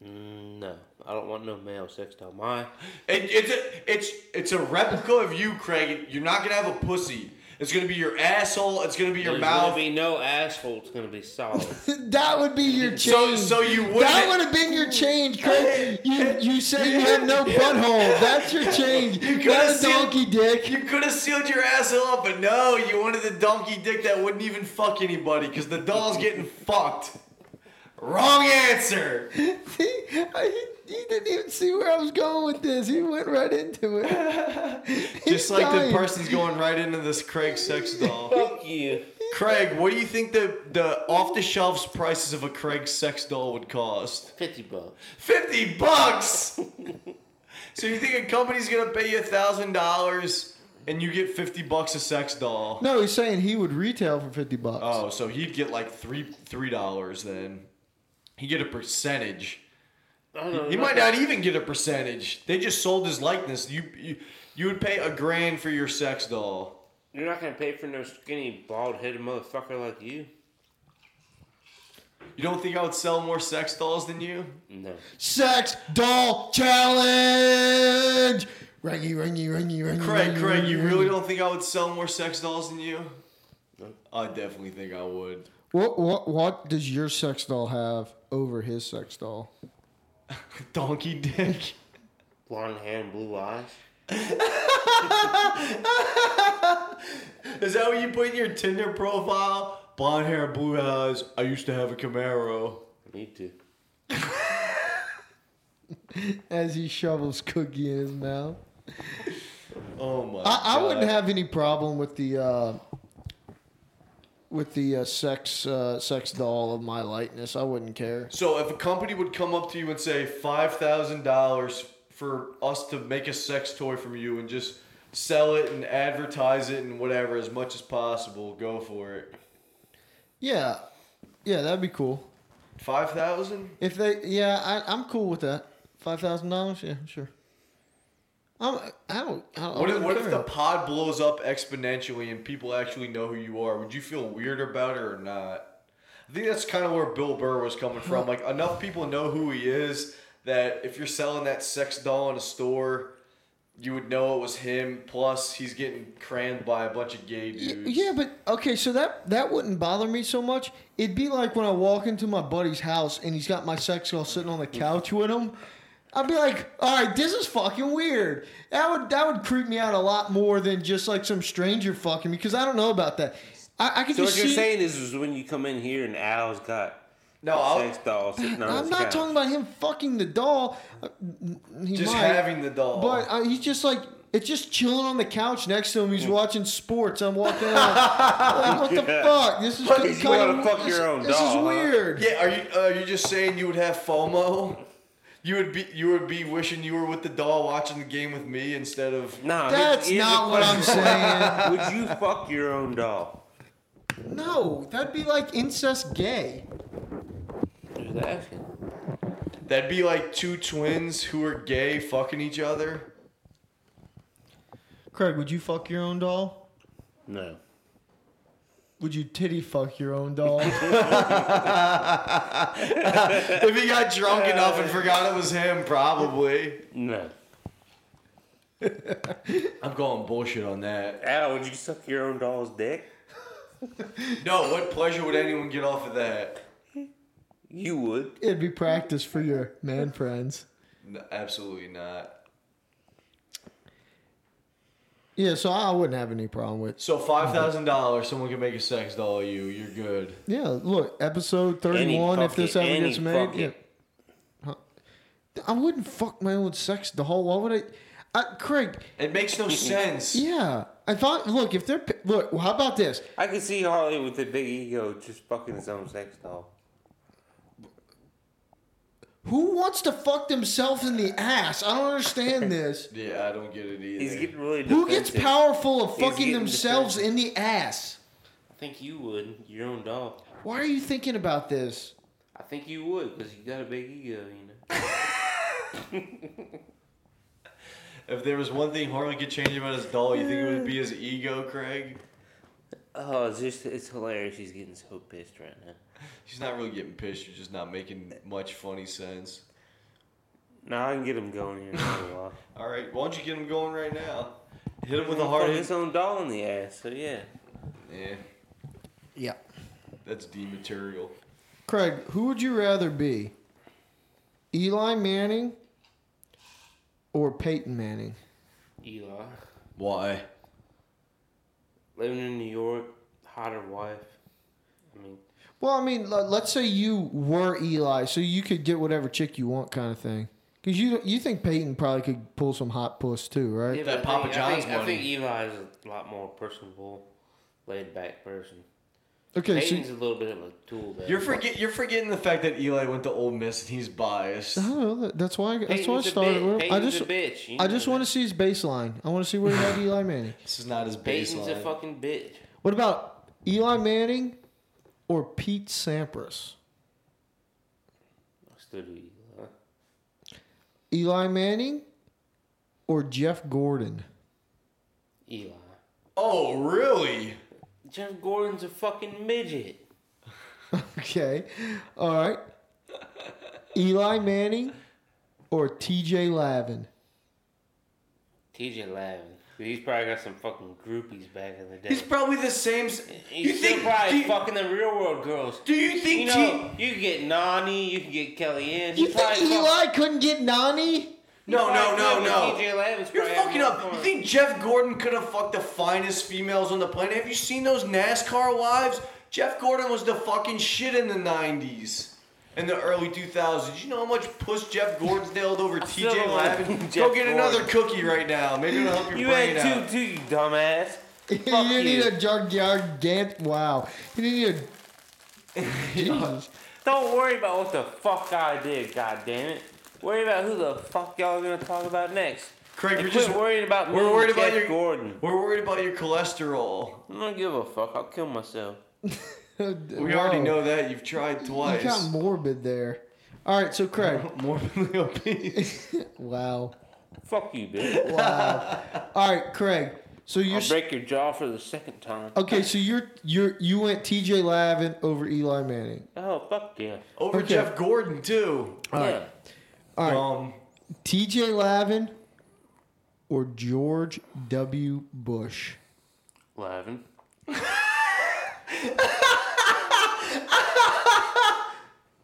H: do. Mm, No, I don't want no male sex doll. My
D: It, it's a, it's it's a replica of you, Craig. You're not gonna have a pussy. It's gonna be your asshole. It's gonna be your
H: there's
D: mouth.
H: gonna be no asshole. It's gonna be solid.
G: that would be your
D: so
G: change.
D: so you wouldn't.
G: that would have been your change, Craig. You you said you had no butthole. That's your change. You
D: You gotta
G: got a
D: see it.
G: donkey dick.
D: you could have sealed your asshole up, but no, you wanted the donkey dick that wouldn't even fuck anybody because the doll's getting fucked. Wrong answer.
G: he, I- he didn't even see where I was going with this. He went right into it. *laughs* He's
D: Just like
G: dying.
D: the person's going right into this Craig sex doll.
H: *laughs* Fuck you.
D: Craig, what do you think the, the off the shelves prices of a Craig sex doll would cost?
H: Fifty bucks.
D: 50 bucks! so you think a company's gonna pay you $1,000 and you get 50 bucks a sex doll?
G: No, he's saying he would retail for fifty bucks.
D: Oh, so he'd get like three three dollars then. He'd get a percentage.
H: I don't know,
D: He might not even get a percentage. They just sold his likeness. You you, you would pay a grand for your sex doll.
H: You're not gonna pay for no skinny bald headed motherfucker like you.
D: You don't think I would sell more sex dolls than you?
H: No.
G: Sex doll challenge. Ringy, ringy, ringy, ringy.
D: Craig,
G: ringy,
D: Craig,
G: ringy,
D: you
G: ringy.
D: really don't think I would sell more sex dolls than you? I definitely think I would.
G: What, what, what does your sex doll have over his sex doll?
D: *laughs* Donkey dick.
H: Blonde hair and blue eyes.
D: *laughs* Is that what you put in your Tinder profile? Blonde hair, blue eyes. I used to have a Camaro.
H: Me too.
G: As he shovels cookie in his mouth.
D: Oh my
G: I, I wouldn't
D: God.
G: have any problem with the uh, with the uh, sex uh, sex doll of my likeness. I wouldn't care.
D: So if a company would come up to you and say five thousand dollars for us to make a sex toy from you and just sell it and advertise it and whatever as much as possible, go for it.
G: Yeah, yeah, that'd be cool.
D: Five thousand?
G: If they, yeah, I, I'm cool with that. Five thousand dollars, yeah, sure. I'm, I don't. I don't
D: What if, what if
G: care.
D: the pod blows up exponentially and people actually know who you are? Would you feel weird about it or not? I think that's kind of where Bill Burr was coming from. Like, enough people know who he is that if you're selling that sex doll in a store, you would know it was him. Plus, he's getting crammed by a bunch of gay dudes.
G: Yeah, but okay, so that that wouldn't bother me so much. It'd be like when I walk into my buddy's house and he's got my sex doll sitting on the couch with him. I'd be like, all right, this is fucking weird. That would that would creep me out a lot more than just like some stranger fucking me because I don't know about that. I, I could
H: So
G: just
H: what you're
G: see-
H: saying is, is when you come in here and Al's got
D: no
H: a sex doll sitting on
G: I'm
H: his
G: not
H: couch.
G: talking about him fucking the doll. Uh, He
D: Just
G: might,
D: having the doll.
G: But uh, he's just like, it's just chilling on the couch next to him. He's watching sports. I'm walking out. like, what
H: *laughs*
G: the
D: Yeah.
G: fuck? This is
D: But
G: kinda-
D: you wanna
G: this- This is weird.
D: Yeah, are you are you just saying you would have FOMO? You would be you would be wishing you were with the doll watching the game with me instead of
H: Nah,
G: That's here's not the what I'm question.
H: *laughs*
G: saying.
H: Would you fuck your own doll?
G: No, that'd be like incest gay.
D: That'd be like two twins who are gay fucking each other.
G: Craig, would you fuck your own doll?
H: No.
G: Would you titty fuck your own
D: *laughs*
G: doll?
D: if he got drunk enough and forgot it was him, probably.
H: No.
D: I'm going bullshit on that.
H: Al, would you suck your own doll's dick?
D: No, what pleasure would anyone get off of that?
H: You would.
G: It'd be practice for your man friends.
D: No, absolutely not.
G: Yeah, so I wouldn't have any problem with.
D: So five thousand dollars, someone can make a sex doll of you. You're good.
G: Yeah, look, episode
D: Any
G: thirty-one. If
D: fuck
G: this
D: it,
G: ever
D: any
G: gets made,
D: fuck
G: yeah.
D: it.
G: Huh. I wouldn't fuck my own sex doll. Why would I? I Craig.
D: It makes no sense.
G: Yeah, I thought. Look, if they're pi- look, well, how about this?
H: I could see Harley with the big ego just fucking his own sex doll.
G: Who wants to fuck themselves in the ass? I don't
H: *laughs*
G: understand this.
D: Yeah, I don't get it either.
H: He's getting really
G: Who gets
H: defensive.
G: powerful of
H: He's
G: fucking
H: getting
G: themselves
H: defensive.
G: in the ass?
H: I think you would. Your own doll.
G: Why are you thinking about this?
H: I think you would because you got a big ego, you know.
D: If there was one thing Harley could change about his doll, you think it would be his ego, Craig?
H: Oh, it's just it's hilarious. He's getting so pissed right now.
D: He's not really getting pissed. You're just not making much funny sense.
H: Now I can get him going here in a little while. *laughs*
D: All right, why don't you get him going right now? Hit him with a
H: Fuck
D: hard
H: his own doll in the ass. So yeah.
D: Yeah,
G: Yeah.
D: that's D material.
G: Craig, who would you rather be? Eli Manning or Peyton
D: *laughs*
G: Manning?
H: Eli,
D: Why?
H: living in New York, hotter wife. I mean,
G: Well, I mean, le- let's say you were Eli, so you could get whatever chick you want, kind of thing. Because you you think Peyton probably could pull some hot puss too, right?
H: Yeah, but I think- I think, I think Eli is a lot more personable, laid back person.
G: Okay, so-
H: Peyton's a little bit of a tool. bag.
D: You're forget you're forgetting the fact that Eli went to Ole Miss and he's biased.
G: I don't know. that- That's why. I, that's why I
H: Peyton's a
G: started.
H: bitch.
G: with him. I
H: Peyton's
G: just,
H: a bitch. You
G: I
H: know
G: just want to see his baseline. I want to see where he
H: *laughs*
G: had Eli Manning.
D: This is not his
H: Peyton's a
D: baseline.
H: fucking bitch.
G: What about Eli Manning or Pete Sampras?
H: I still do Eli.
G: Eli Manning or Jeff Gordon? *laughs*
H: Eli.
D: Oh, really?
H: Jeff Gordon's a fucking midget.
G: Okay, all right. Eli Manning or T.J. Lavin?
H: TJ Lavin. He's probably got some fucking groupies back in the day.
D: He's probably the same. s-
H: He's
D: You
H: still
D: think?
H: probably
D: do you-
H: fucking the real world girls.
D: Do you think
H: you know you can get Nani, you can get Kellyanne.
G: You think Eli couldn't get Nani?
D: No, no, no,
H: Probably
D: no.
H: TJ Levin's
D: You're
H: probably
D: fucking
H: out
D: up.
H: front.
D: You think Jeff Gordon could have fucked the finest females on the planet? Have you seen those NASCAR wives? Jeff Gordon was the fucking shit in the 90s. In the early 2000s, you know how much puss Jeff Gordon's nailed
H: *laughs*
D: over
H: still
D: TJ
H: don't
D: Lavin? Go
H: like *laughs*
D: get
H: Jeff Gordon.
D: another cookie right now. Maybe it'll help your
H: You
D: brain
H: had
D: out.
H: two, two, you dumbass.
G: you
H: Fuck
G: didn't need
H: you.
G: a jar gigant. Wow, you didn't need a.
D: *laughs*
G: Jesus.
H: Don't worry about what the fuck I did, God damn it. Worry about who the fuck y'all are gonna talk about next.
D: Craig,
H: And
D: we're
H: quit
D: just
H: worried about me
D: we're
H: and
D: worried about your
H: Jeff Gordon.
D: We're worried about your cholesterol.
H: I don't give a fuck. I'll kill myself.
D: We already know that. You've tried twice.
G: You got
D: *laughs*
G: morbid there. All right, so Craig. *laughs*
D: Morbidly obese.
G: wow.
H: Fuck you, bitch.
G: Wow.
I: *laughs*
G: All right, Craig. So you're
H: I'll break your jaw for the second time.
G: okay. So you're you're you went T.J. Lavin over Eli Manning.
H: Oh fuck yeah.
D: Over
G: Okay.
D: Jeff Gordon too.
G: All right.
H: Yeah.
G: All right.
D: Um,
G: T.J. Lavin
I: or George W. Bush?
H: Eleven.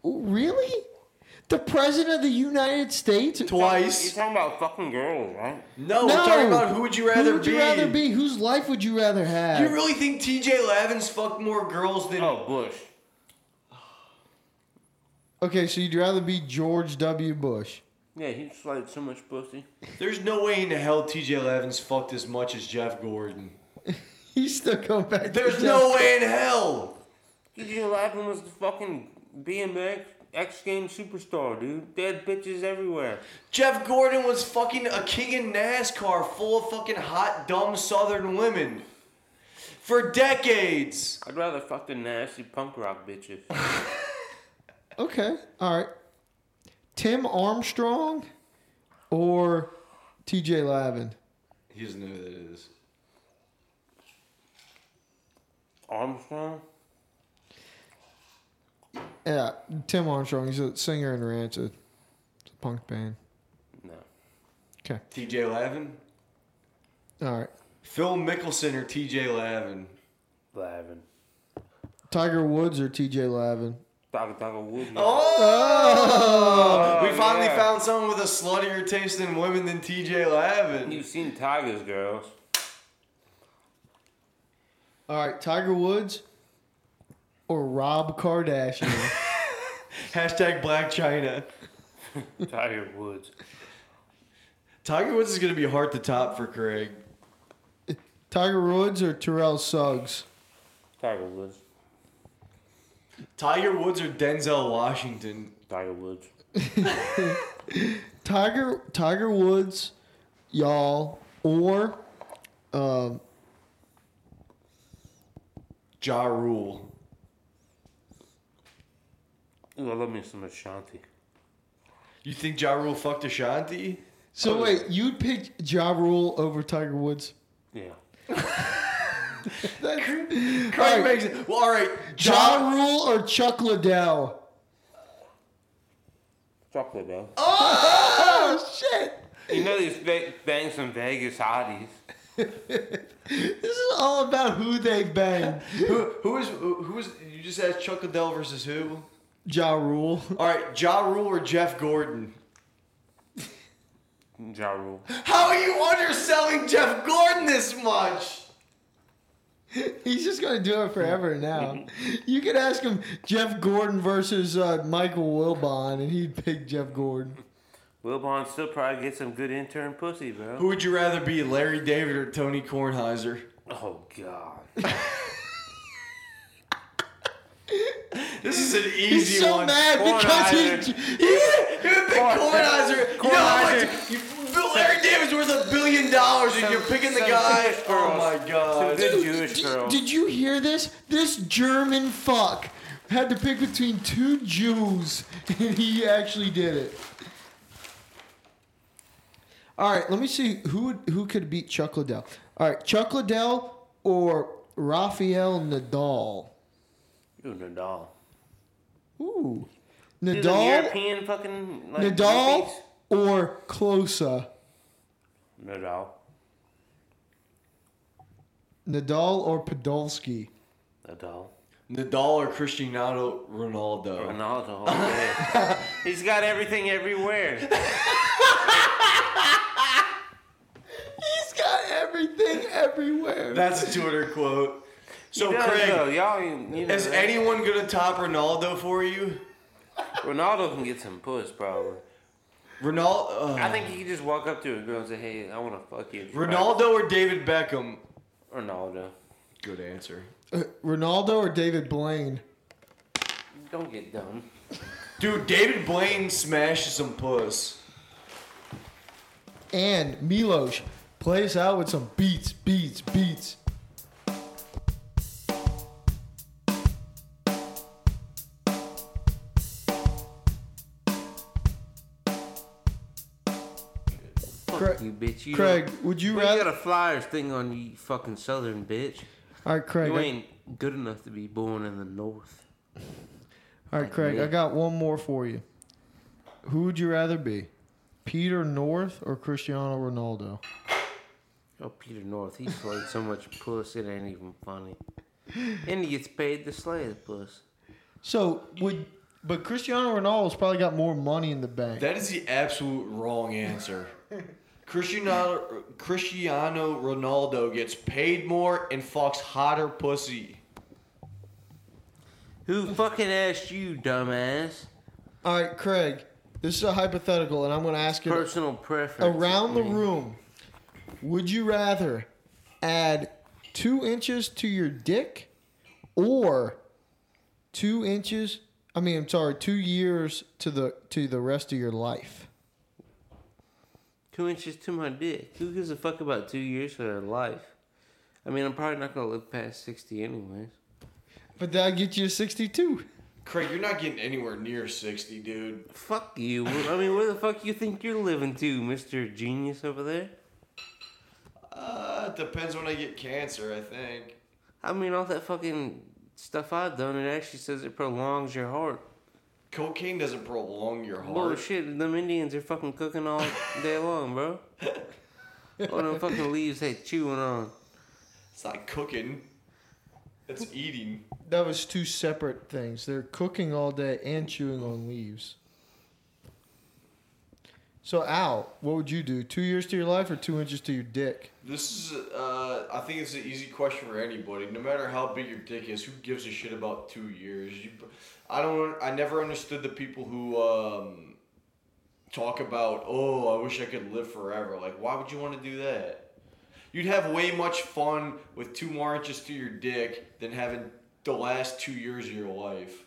I: Really? The president of the United States?
H: You're talking about fucking girls, right?
D: No, we're talking about who would you rather
I: Who would you
D: be?
I: rather be? Whose life would you rather have?
D: You really think TJ Lavin's fucked more girls than
H: Oh Bush?
I: okay, so you'd rather be George W. Bush.
H: Yeah, he slid so much pussy.
D: There's no way in the hell TJ Lavin's fucked as much as Jeff Gordon.
I: He's still going back to
D: There's
I: Jeff-
D: no way in hell.
H: DJ Lappin was the fucking BMX X Games superstar, dude. Dead bitches everywhere.
D: Jeff Gordon was fucking a king in NASCAR, full of fucking hot, dumb Southern women for decades.
H: I'd rather fuck the nasty punk rock bitches.
I: Okay, all right. Tim Armstrong or TJ Lavin?
D: He doesn't know who that is.
H: Armstrong?
I: Yeah, Tim Armstrong. He's a singer in Rancid. It's a punk band.
H: No.
I: Okay,
D: TJ Lavin,
I: all right.
D: Phil Mickelson, or TJ Lavin.
H: Lavin.
I: Tiger Woods or TJ Lavin?
H: Dogga Dogga Wood.
D: Oh, we finally
H: yeah.
D: found someone with a sluttier taste in women than TJ Lavin.
H: You've seen Tigers, girls.
I: All right, Tiger Woods or Rob Kardashian?
G: *laughs*
D: Hashtag Black China.
H: Tiger Woods.
D: Tiger Woods is gonna be hard to top for Craig.
I: Tiger Woods or Terrell Suggs?
H: Tiger Woods.
D: Tiger Woods or Denzel Washington?
H: Tiger Woods.
I: Tiger Tiger Woods, y'all, or um,
D: Ja Rule.
H: Ooh, I love me some Ashanti.
D: You think Ja Rule fucked Ashanti? Oh.
I: so wait, you'd pick Ja Rule over Tiger Woods?
H: Yeah.
I: That's,
D: Craig
I: all right,
D: makes it. Well, all right.
I: Ja Rule or Chuck Liddell?
H: Chocolate, though.
I: Oh shit!
H: You know these ba- bangs from Vegas hotties.
I: This is all about who they banged.
D: *laughs* Who, who is who who is? You just asked Chuck Liddell versus who?
I: Ja Rule. *laughs*
D: All right, Ja Rule or Jeff Gordon?
H: Ja Rule.
D: How are you underselling Jeff Gordon this much?
I: He's just gonna do it forever
D: *laughs*
I: now. You could ask him Jeff Gordon versus uh, Michael Wilbon, and he'd pick Jeff Gordon.
H: Will Bond still probably get some good intern pussy, bro.
D: Who would you rather be, Larry David or Tony Kornheiser?
H: Oh, God.
D: This is an easy
I: He's so
D: one.
I: mad because he,
D: Yeah, you would pick Kornheiser. You know how much?
H: Kornheiser.
D: You, Bill- Larry David's worth a billion dollars, and you're picking the
H: some
D: guy.
H: Jewish
D: Oh
H: girls.
D: my god.
H: Some good Jewish
I: Did-
H: girl.
I: Did you hear this? This German fuck had to pick between two Jews, *laughs* and he actually did it. All right, let me see who would- who could beat Chuck Liddell. All right, Chuck Liddell or Rafael Nadal.
H: Ooh, Nadal.
I: Ooh,
H: He's a
I: Nadal,
H: European fucking. Like,
I: Nadal
H: mouthpiece.
I: or Closa.
H: Nadal.
I: Nadal or Podolski.
H: Nadal.
D: Nadal or Cristiano Ronaldo?
H: Ronaldo.
D: *laughs*
H: okay. He's got everything everywhere.
I: He's got everything everywhere.
D: That's a Twitter quote. So
H: Yeah, though,
D: Craig,
H: y'all, ain't- you know,
D: is
H: that-
D: anyone gonna top Ronaldo for you?
H: Ronaldo can get some puss, probably.
D: Ronaldo.
H: I think he could just walk up to a girl and say, "Hey, I want to fuck you."
D: Ronaldo or David Beckham.
H: Ronaldo.
D: Good answer.
I: Uh, Ronaldo or David Blaine?
H: Don't get dumb.
D: Dude, David Blaine smashed some puss.
I: And Milos plays out with some beats, beats, beats. Craig,
H: Fuck you, bitch. You
I: Craig,
H: don't-
I: would you
H: We
I: rather?
H: got a Flyers thing on you, you fucking Southern bitch.
I: all right, Craig.
H: You
I: I-
H: ain't good enough to be born in the North.
I: all right, Craig. I got one more for you. Who would you rather be, Peter North or Cristiano Ronaldo?
H: Oh, Peter North, he's played so much puss, it ain't even funny. And he gets paid to slay the puss.
G: So would but Cristiano Ronaldo's probably got more money in the bank.
D: That is the absolute wrong answer. Cristiano, Cristiano Ronaldo gets paid more and fucks hotter pussy.
H: Who fucking asked you, dumbass?
G: All right, Craig. This is a hypothetical, and I'm going to ask you
H: Personal preference.
G: around the
H: I mean.
G: room. Would you rather add two inches to your dick, or two inches? I mean, I'm sorry, two years to the to the rest of your life.
H: Two inches to my dick. Who gives a fuck about two years of their life? I mean, I'm probably not gonna live past 60 anyways.
G: But that'll get you to 62.
D: Craig, you're not getting anywhere near 60, dude.
H: Fuck you. I mean, where the fuck you think you're living to, Mr. Genius over there?
D: Uh, it depends when I get cancer, I think.
H: I mean, all that fucking stuff I've done, it actually says it prolongs your heart.
D: Cocaine doesn't prolong your heart.
H: Bullshit, them Indians are fucking cooking all day long, bro. All them fucking leaves they chewing on.
D: It's not cooking. It's eating.
G: That was two separate things. They're cooking all day and chewing on leaves. So, Al, what would you do? Two years to your life or two inches to your dick?
D: This is, uh, I think it's an easy question for anybody. No matter how big your dick is, who gives a shit about two years? You, I don't. I never understood the people who um, talk about, oh, I wish I could live forever. Like, why would you want to do that? You'd have way much fun with two more inches to your dick than having the last two years of your life.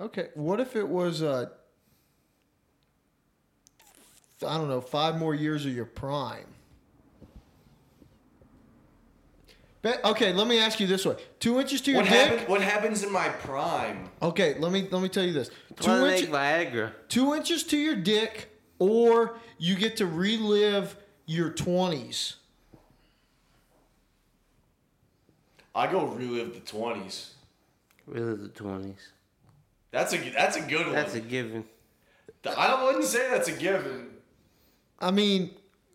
G: Okay. What if it was, uh, I don't know, five more years of your prime? Bet, okay, let me ask you this way: two inches to your
D: What,
G: dick.
D: happen, what happens in my prime?
G: Okay, let me let me tell you this: two
H: Trying to
G: inches.
H: make Viagra.
G: two inches to your dick, or you get to relive your 20s.
D: I go relive the twenties.
H: Really, the 20s.
D: That's a that's a good one.
H: That's a given.
D: I don't wouldn't say that's a given.
G: I mean,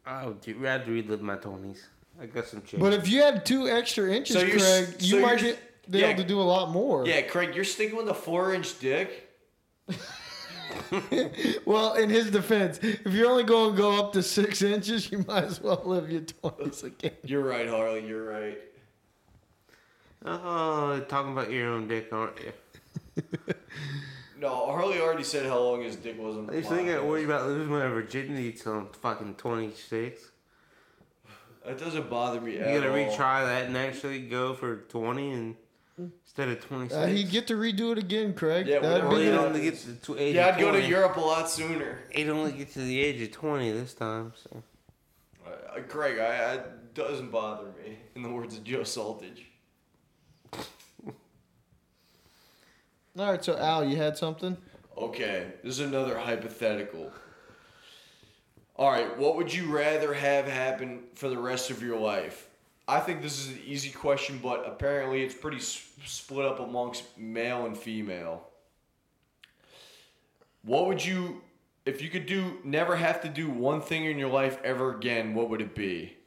H: I would do, I'd relive my 20s. I got some change.
G: but if you had two extra inches,
D: So you're s-
G: Craig,
D: so
G: you might
D: you're
G: get
D: s-
G: be
D: yeah.
G: able to do a lot more.
D: Yeah, Craig, you're sticking with the four inch dick.
G: Well, in his defense, if you're only going to go up to six inches, you might as well live your 20s again.
D: You're right, Harley. You're right.
H: Oh, talking about your own dick, aren't you?
D: No, Harley already said how long his dick was on the
H: I used to think I
D: podcast.
H: worried about losing my virginity till I'm fucking 26.
D: It doesn't bother me
H: You
D: at
H: gotta
D: all.
H: retry that and actually go for 20 and instead of 26.
G: Uh, he'd get to redo it again, Craig.
D: Yeah,
G: That'd
H: Well,
G: be
D: whatever.
H: you
G: the-
D: Yeah.
H: only get to the tw- age
D: Yeah,
H: of
D: I'd go to
H: 20.
D: Europe a lot sooner.
H: It only gets to the age of 20 this time. So.
D: Uh, Craig, I, I it doesn't bother me. In the words of Joe Saltage.
G: All right, so Al, you had something?
D: Okay, this is another hypothetical. All right, what would you rather have happen for the rest of your life? I think this is an easy question, but apparently it's pretty s- split up amongst male and female. What would you, if you could do, never have to do one thing in your life ever again, what would it be?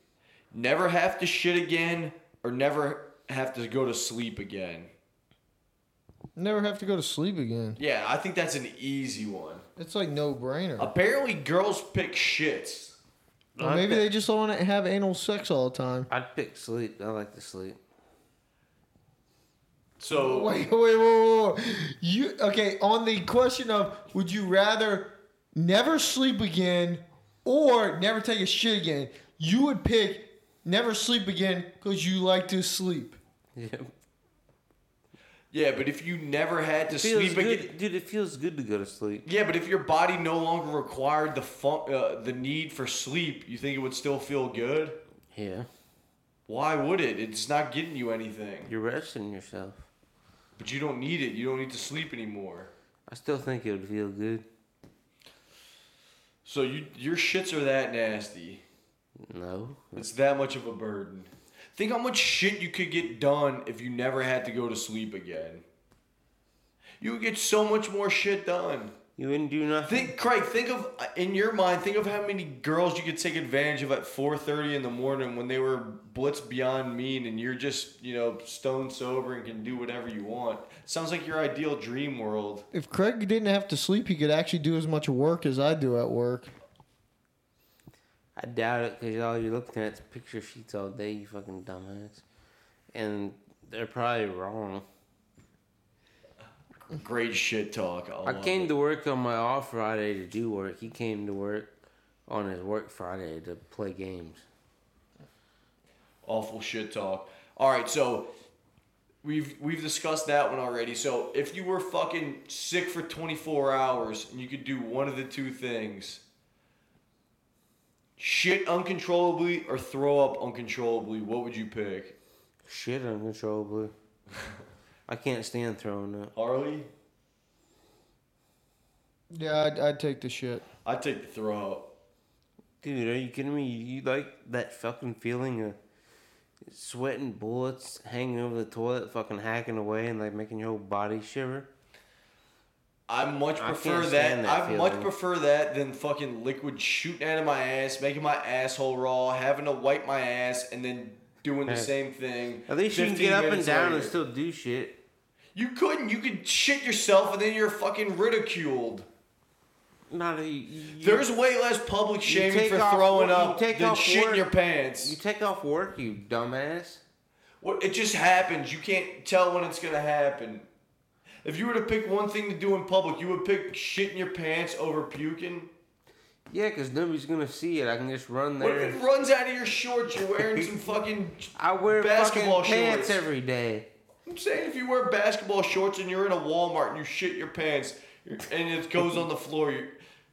D: Never have to shit again, or never have to go to sleep again?
G: Never have to go to sleep again.
D: Yeah, I think that's an easy one.
G: It's like no brainer.
D: Apparently, girls pick shits.
G: Or maybe they just don't want to have anal sex all the time.
H: I'd pick sleep. I like to sleep. *laughs*
G: *laughs*
D: So
G: Wait, wait, wait, wait, wait. You okay? On the question of would you rather never sleep again or never take a shit again, you would pick never sleep again because you like to sleep.
H: Yeah.
D: yeah, but if you never had to
H: Feels
D: sleep
H: good.
D: again,
H: Dude, it feels good to go to sleep.
D: yeah, but if your body no longer required the fun, uh, the need for sleep, you think it would still feel good?
H: Yeah.
D: Why would it? It's not getting you anything.
H: You're resting yourself.
D: But you don't need it. You don't need to sleep anymore.
H: I still think it would feel good.
D: So you your shits are that nasty.
H: No.
D: It's that much of a burden. Think how much shit you could get done if you never had to go to sleep again. You would get so much more shit done.
H: You wouldn't do nothing.
D: Think, Craig. Think of in your mind. Think of how many girls you could take advantage of at 4:30 in the morning when they were blitzed beyond mean, and you're just you know stone sober and can do whatever you want. Sounds like your ideal dream world.
G: If Craig didn't have to sleep, he could actually do as much work as I do at work.
H: I doubt it because all you're looking at is picture sheets all day, you fucking dumbass. And they're probably wrong.
D: Great shit talk.
H: I
D: love
H: came
D: it.
H: to work on my off Friday to do work. He came to work on his work Friday to play games.
D: Awful shit talk. All right, so we've we've discussed that one already. So if you were fucking sick for 24 hours and you could do one of the two things, shit uncontrollably or throw up uncontrollably, what would you pick? *laughs*
H: Shit uncontrollably. I can't stand throwing up.
D: Harley,
G: Yeah, I'd, I'd take the shit.
D: I take the throw up.
H: Dude, are you kidding me? You like that fucking feeling of sweating bullets hanging over the toilet, fucking hacking away and like making your whole body shiver?
D: I much
H: I can't
D: prefer that.
H: stand that
D: I much
H: feeling.
D: prefer that than fucking liquid shooting out of my ass, making my asshole raw, having to wipe my ass, and then doing the
H: *laughs* Yeah.
D: same thing.
H: At least you can
D: 15
H: get up and
D: minutes
H: down and
D: later.
H: still do shit.
D: You couldn't. You could shit yourself and then you're fucking ridiculed.
H: Not a, you,
D: There's way less public
H: you
D: shaming
H: take
D: for
H: off
D: throwing
H: wor- you
D: up
H: take
D: than
H: off
D: shitting
H: work-
D: your pants.
H: You take off work, you dumbass.
D: What it just happens. You can't tell when it's gonna happen. If you were to pick one thing to do in public, you would pick shitting your pants over puking.
H: Yeah, 'cause nobody's gonna see it. I can just run
D: What
H: there.
D: if it runs out of your shorts? You're wearing some fucking.
H: I wear
D: basketball
H: fucking pants
D: shorts.
H: every day.
D: I'm saying if you wear basketball shorts and you're in a Walmart and you shit your pants and it goes on the floor, you,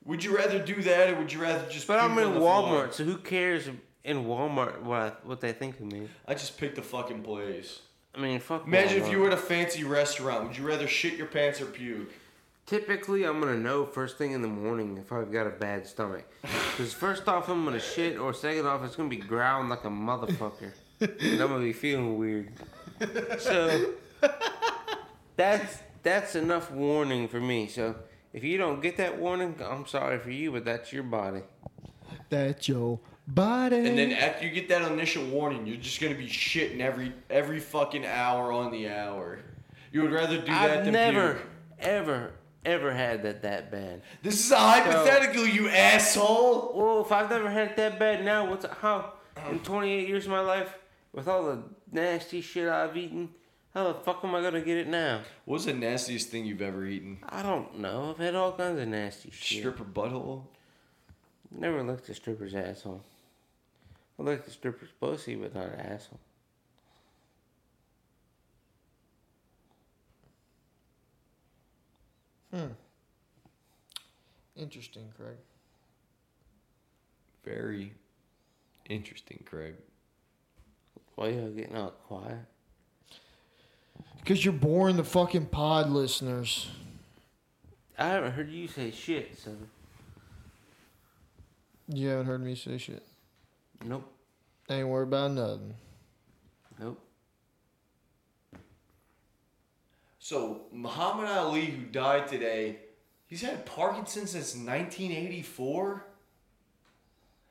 D: would you rather do that or would you rather just?
H: But I'm
D: puke
H: in
D: on the
H: Walmart,
D: floor?
H: so who cares in Walmart what I, what they think of me?
D: I just picked the fucking place.
H: I mean, fuck.
D: Imagine if
H: Walmart.
D: you were at a fancy restaurant. Would you rather shit your pants or puke?
H: Typically, I'm gonna know first thing in the morning if I've got a bad stomach. Cause first off, I'm gonna shit, or second off, it's gonna be growling like a motherfucker, and I'm gonna be feeling weird. So that's that's enough warning for me. So if you don't get that warning, I'm sorry for you, but that's your body.
G: That's your body.
D: And then after you get that initial warning, you're just gonna be shitting every every fucking hour on the hour. You would rather do that
H: I've
D: than
H: never,
D: puke.
H: ever, ever had that that bad.
D: This is a hypothetical, you asshole.
H: Well, if I've never had it that bad now, what's how in 28 years of my life with all the nasty shit I've eaten, how the fuck am I gonna get it now?
D: What's the nastiest thing you've ever eaten?
H: I don't know. I've had all kinds of nasty shit.
D: Stripper butthole.
H: Never licked a stripper's asshole. I licked a stripper's pussy, but not an asshole.
G: Interesting, Craig.
D: Very interesting, Craig.
H: Why y'all getting all quiet?
G: Because you're boring the fucking pod listeners.
H: I haven't heard you say shit, so
G: You haven't heard me say shit.
H: nope,
G: Ain't worried about nothing.
H: nope.
D: So Muhammad Ali, who died today, he's had Parkinson's since 1984.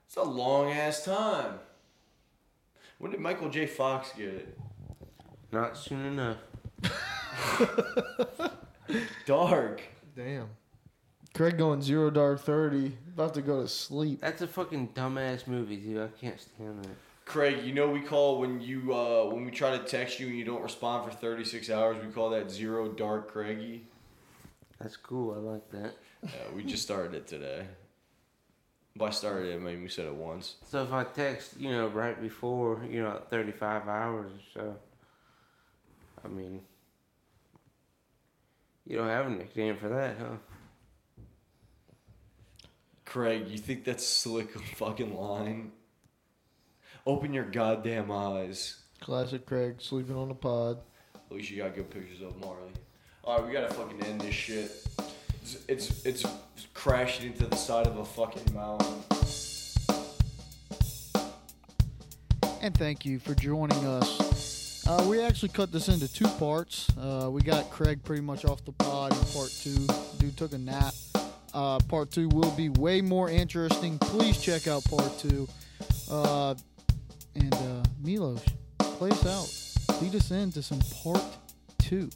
D: It's a long ass time. When did Michael J. Fox get it?
H: Not soon enough.
D: Dark.
G: Damn. Craig going zero dark thirty. About to go to sleep.
H: That's a fucking dumbass movie, dude. I can't stand that.
D: Craig, you know we call when you uh, when we try to text you and you don't respond for 36 hours. We call that zero dark Craigie.
H: That's cool. I like that.
D: Uh, we just started it today. By started it, I mean we said it once.
H: So if I text, you know, right before, you know, 35 hours or so, I mean, you don't have a nickname for that, huh?
D: Craig, you think that's slick *laughs* fucking line? Open your goddamn eyes.
G: Classic Craig sleeping on the pod.
D: At least you got good pictures of Marley. All right, we gotta fucking end this shit. It's it's, it's crashing into the side of a fucking mountain.
I: and thank you for joining us. Uh, we actually cut this into two parts. Uh, we got Craig pretty much off the pod in part two. Dude took a nap.
G: Uh, part two will be way more interesting. Please check out part two. Uh, and uh, Milos, play us out. Lead us into some part two.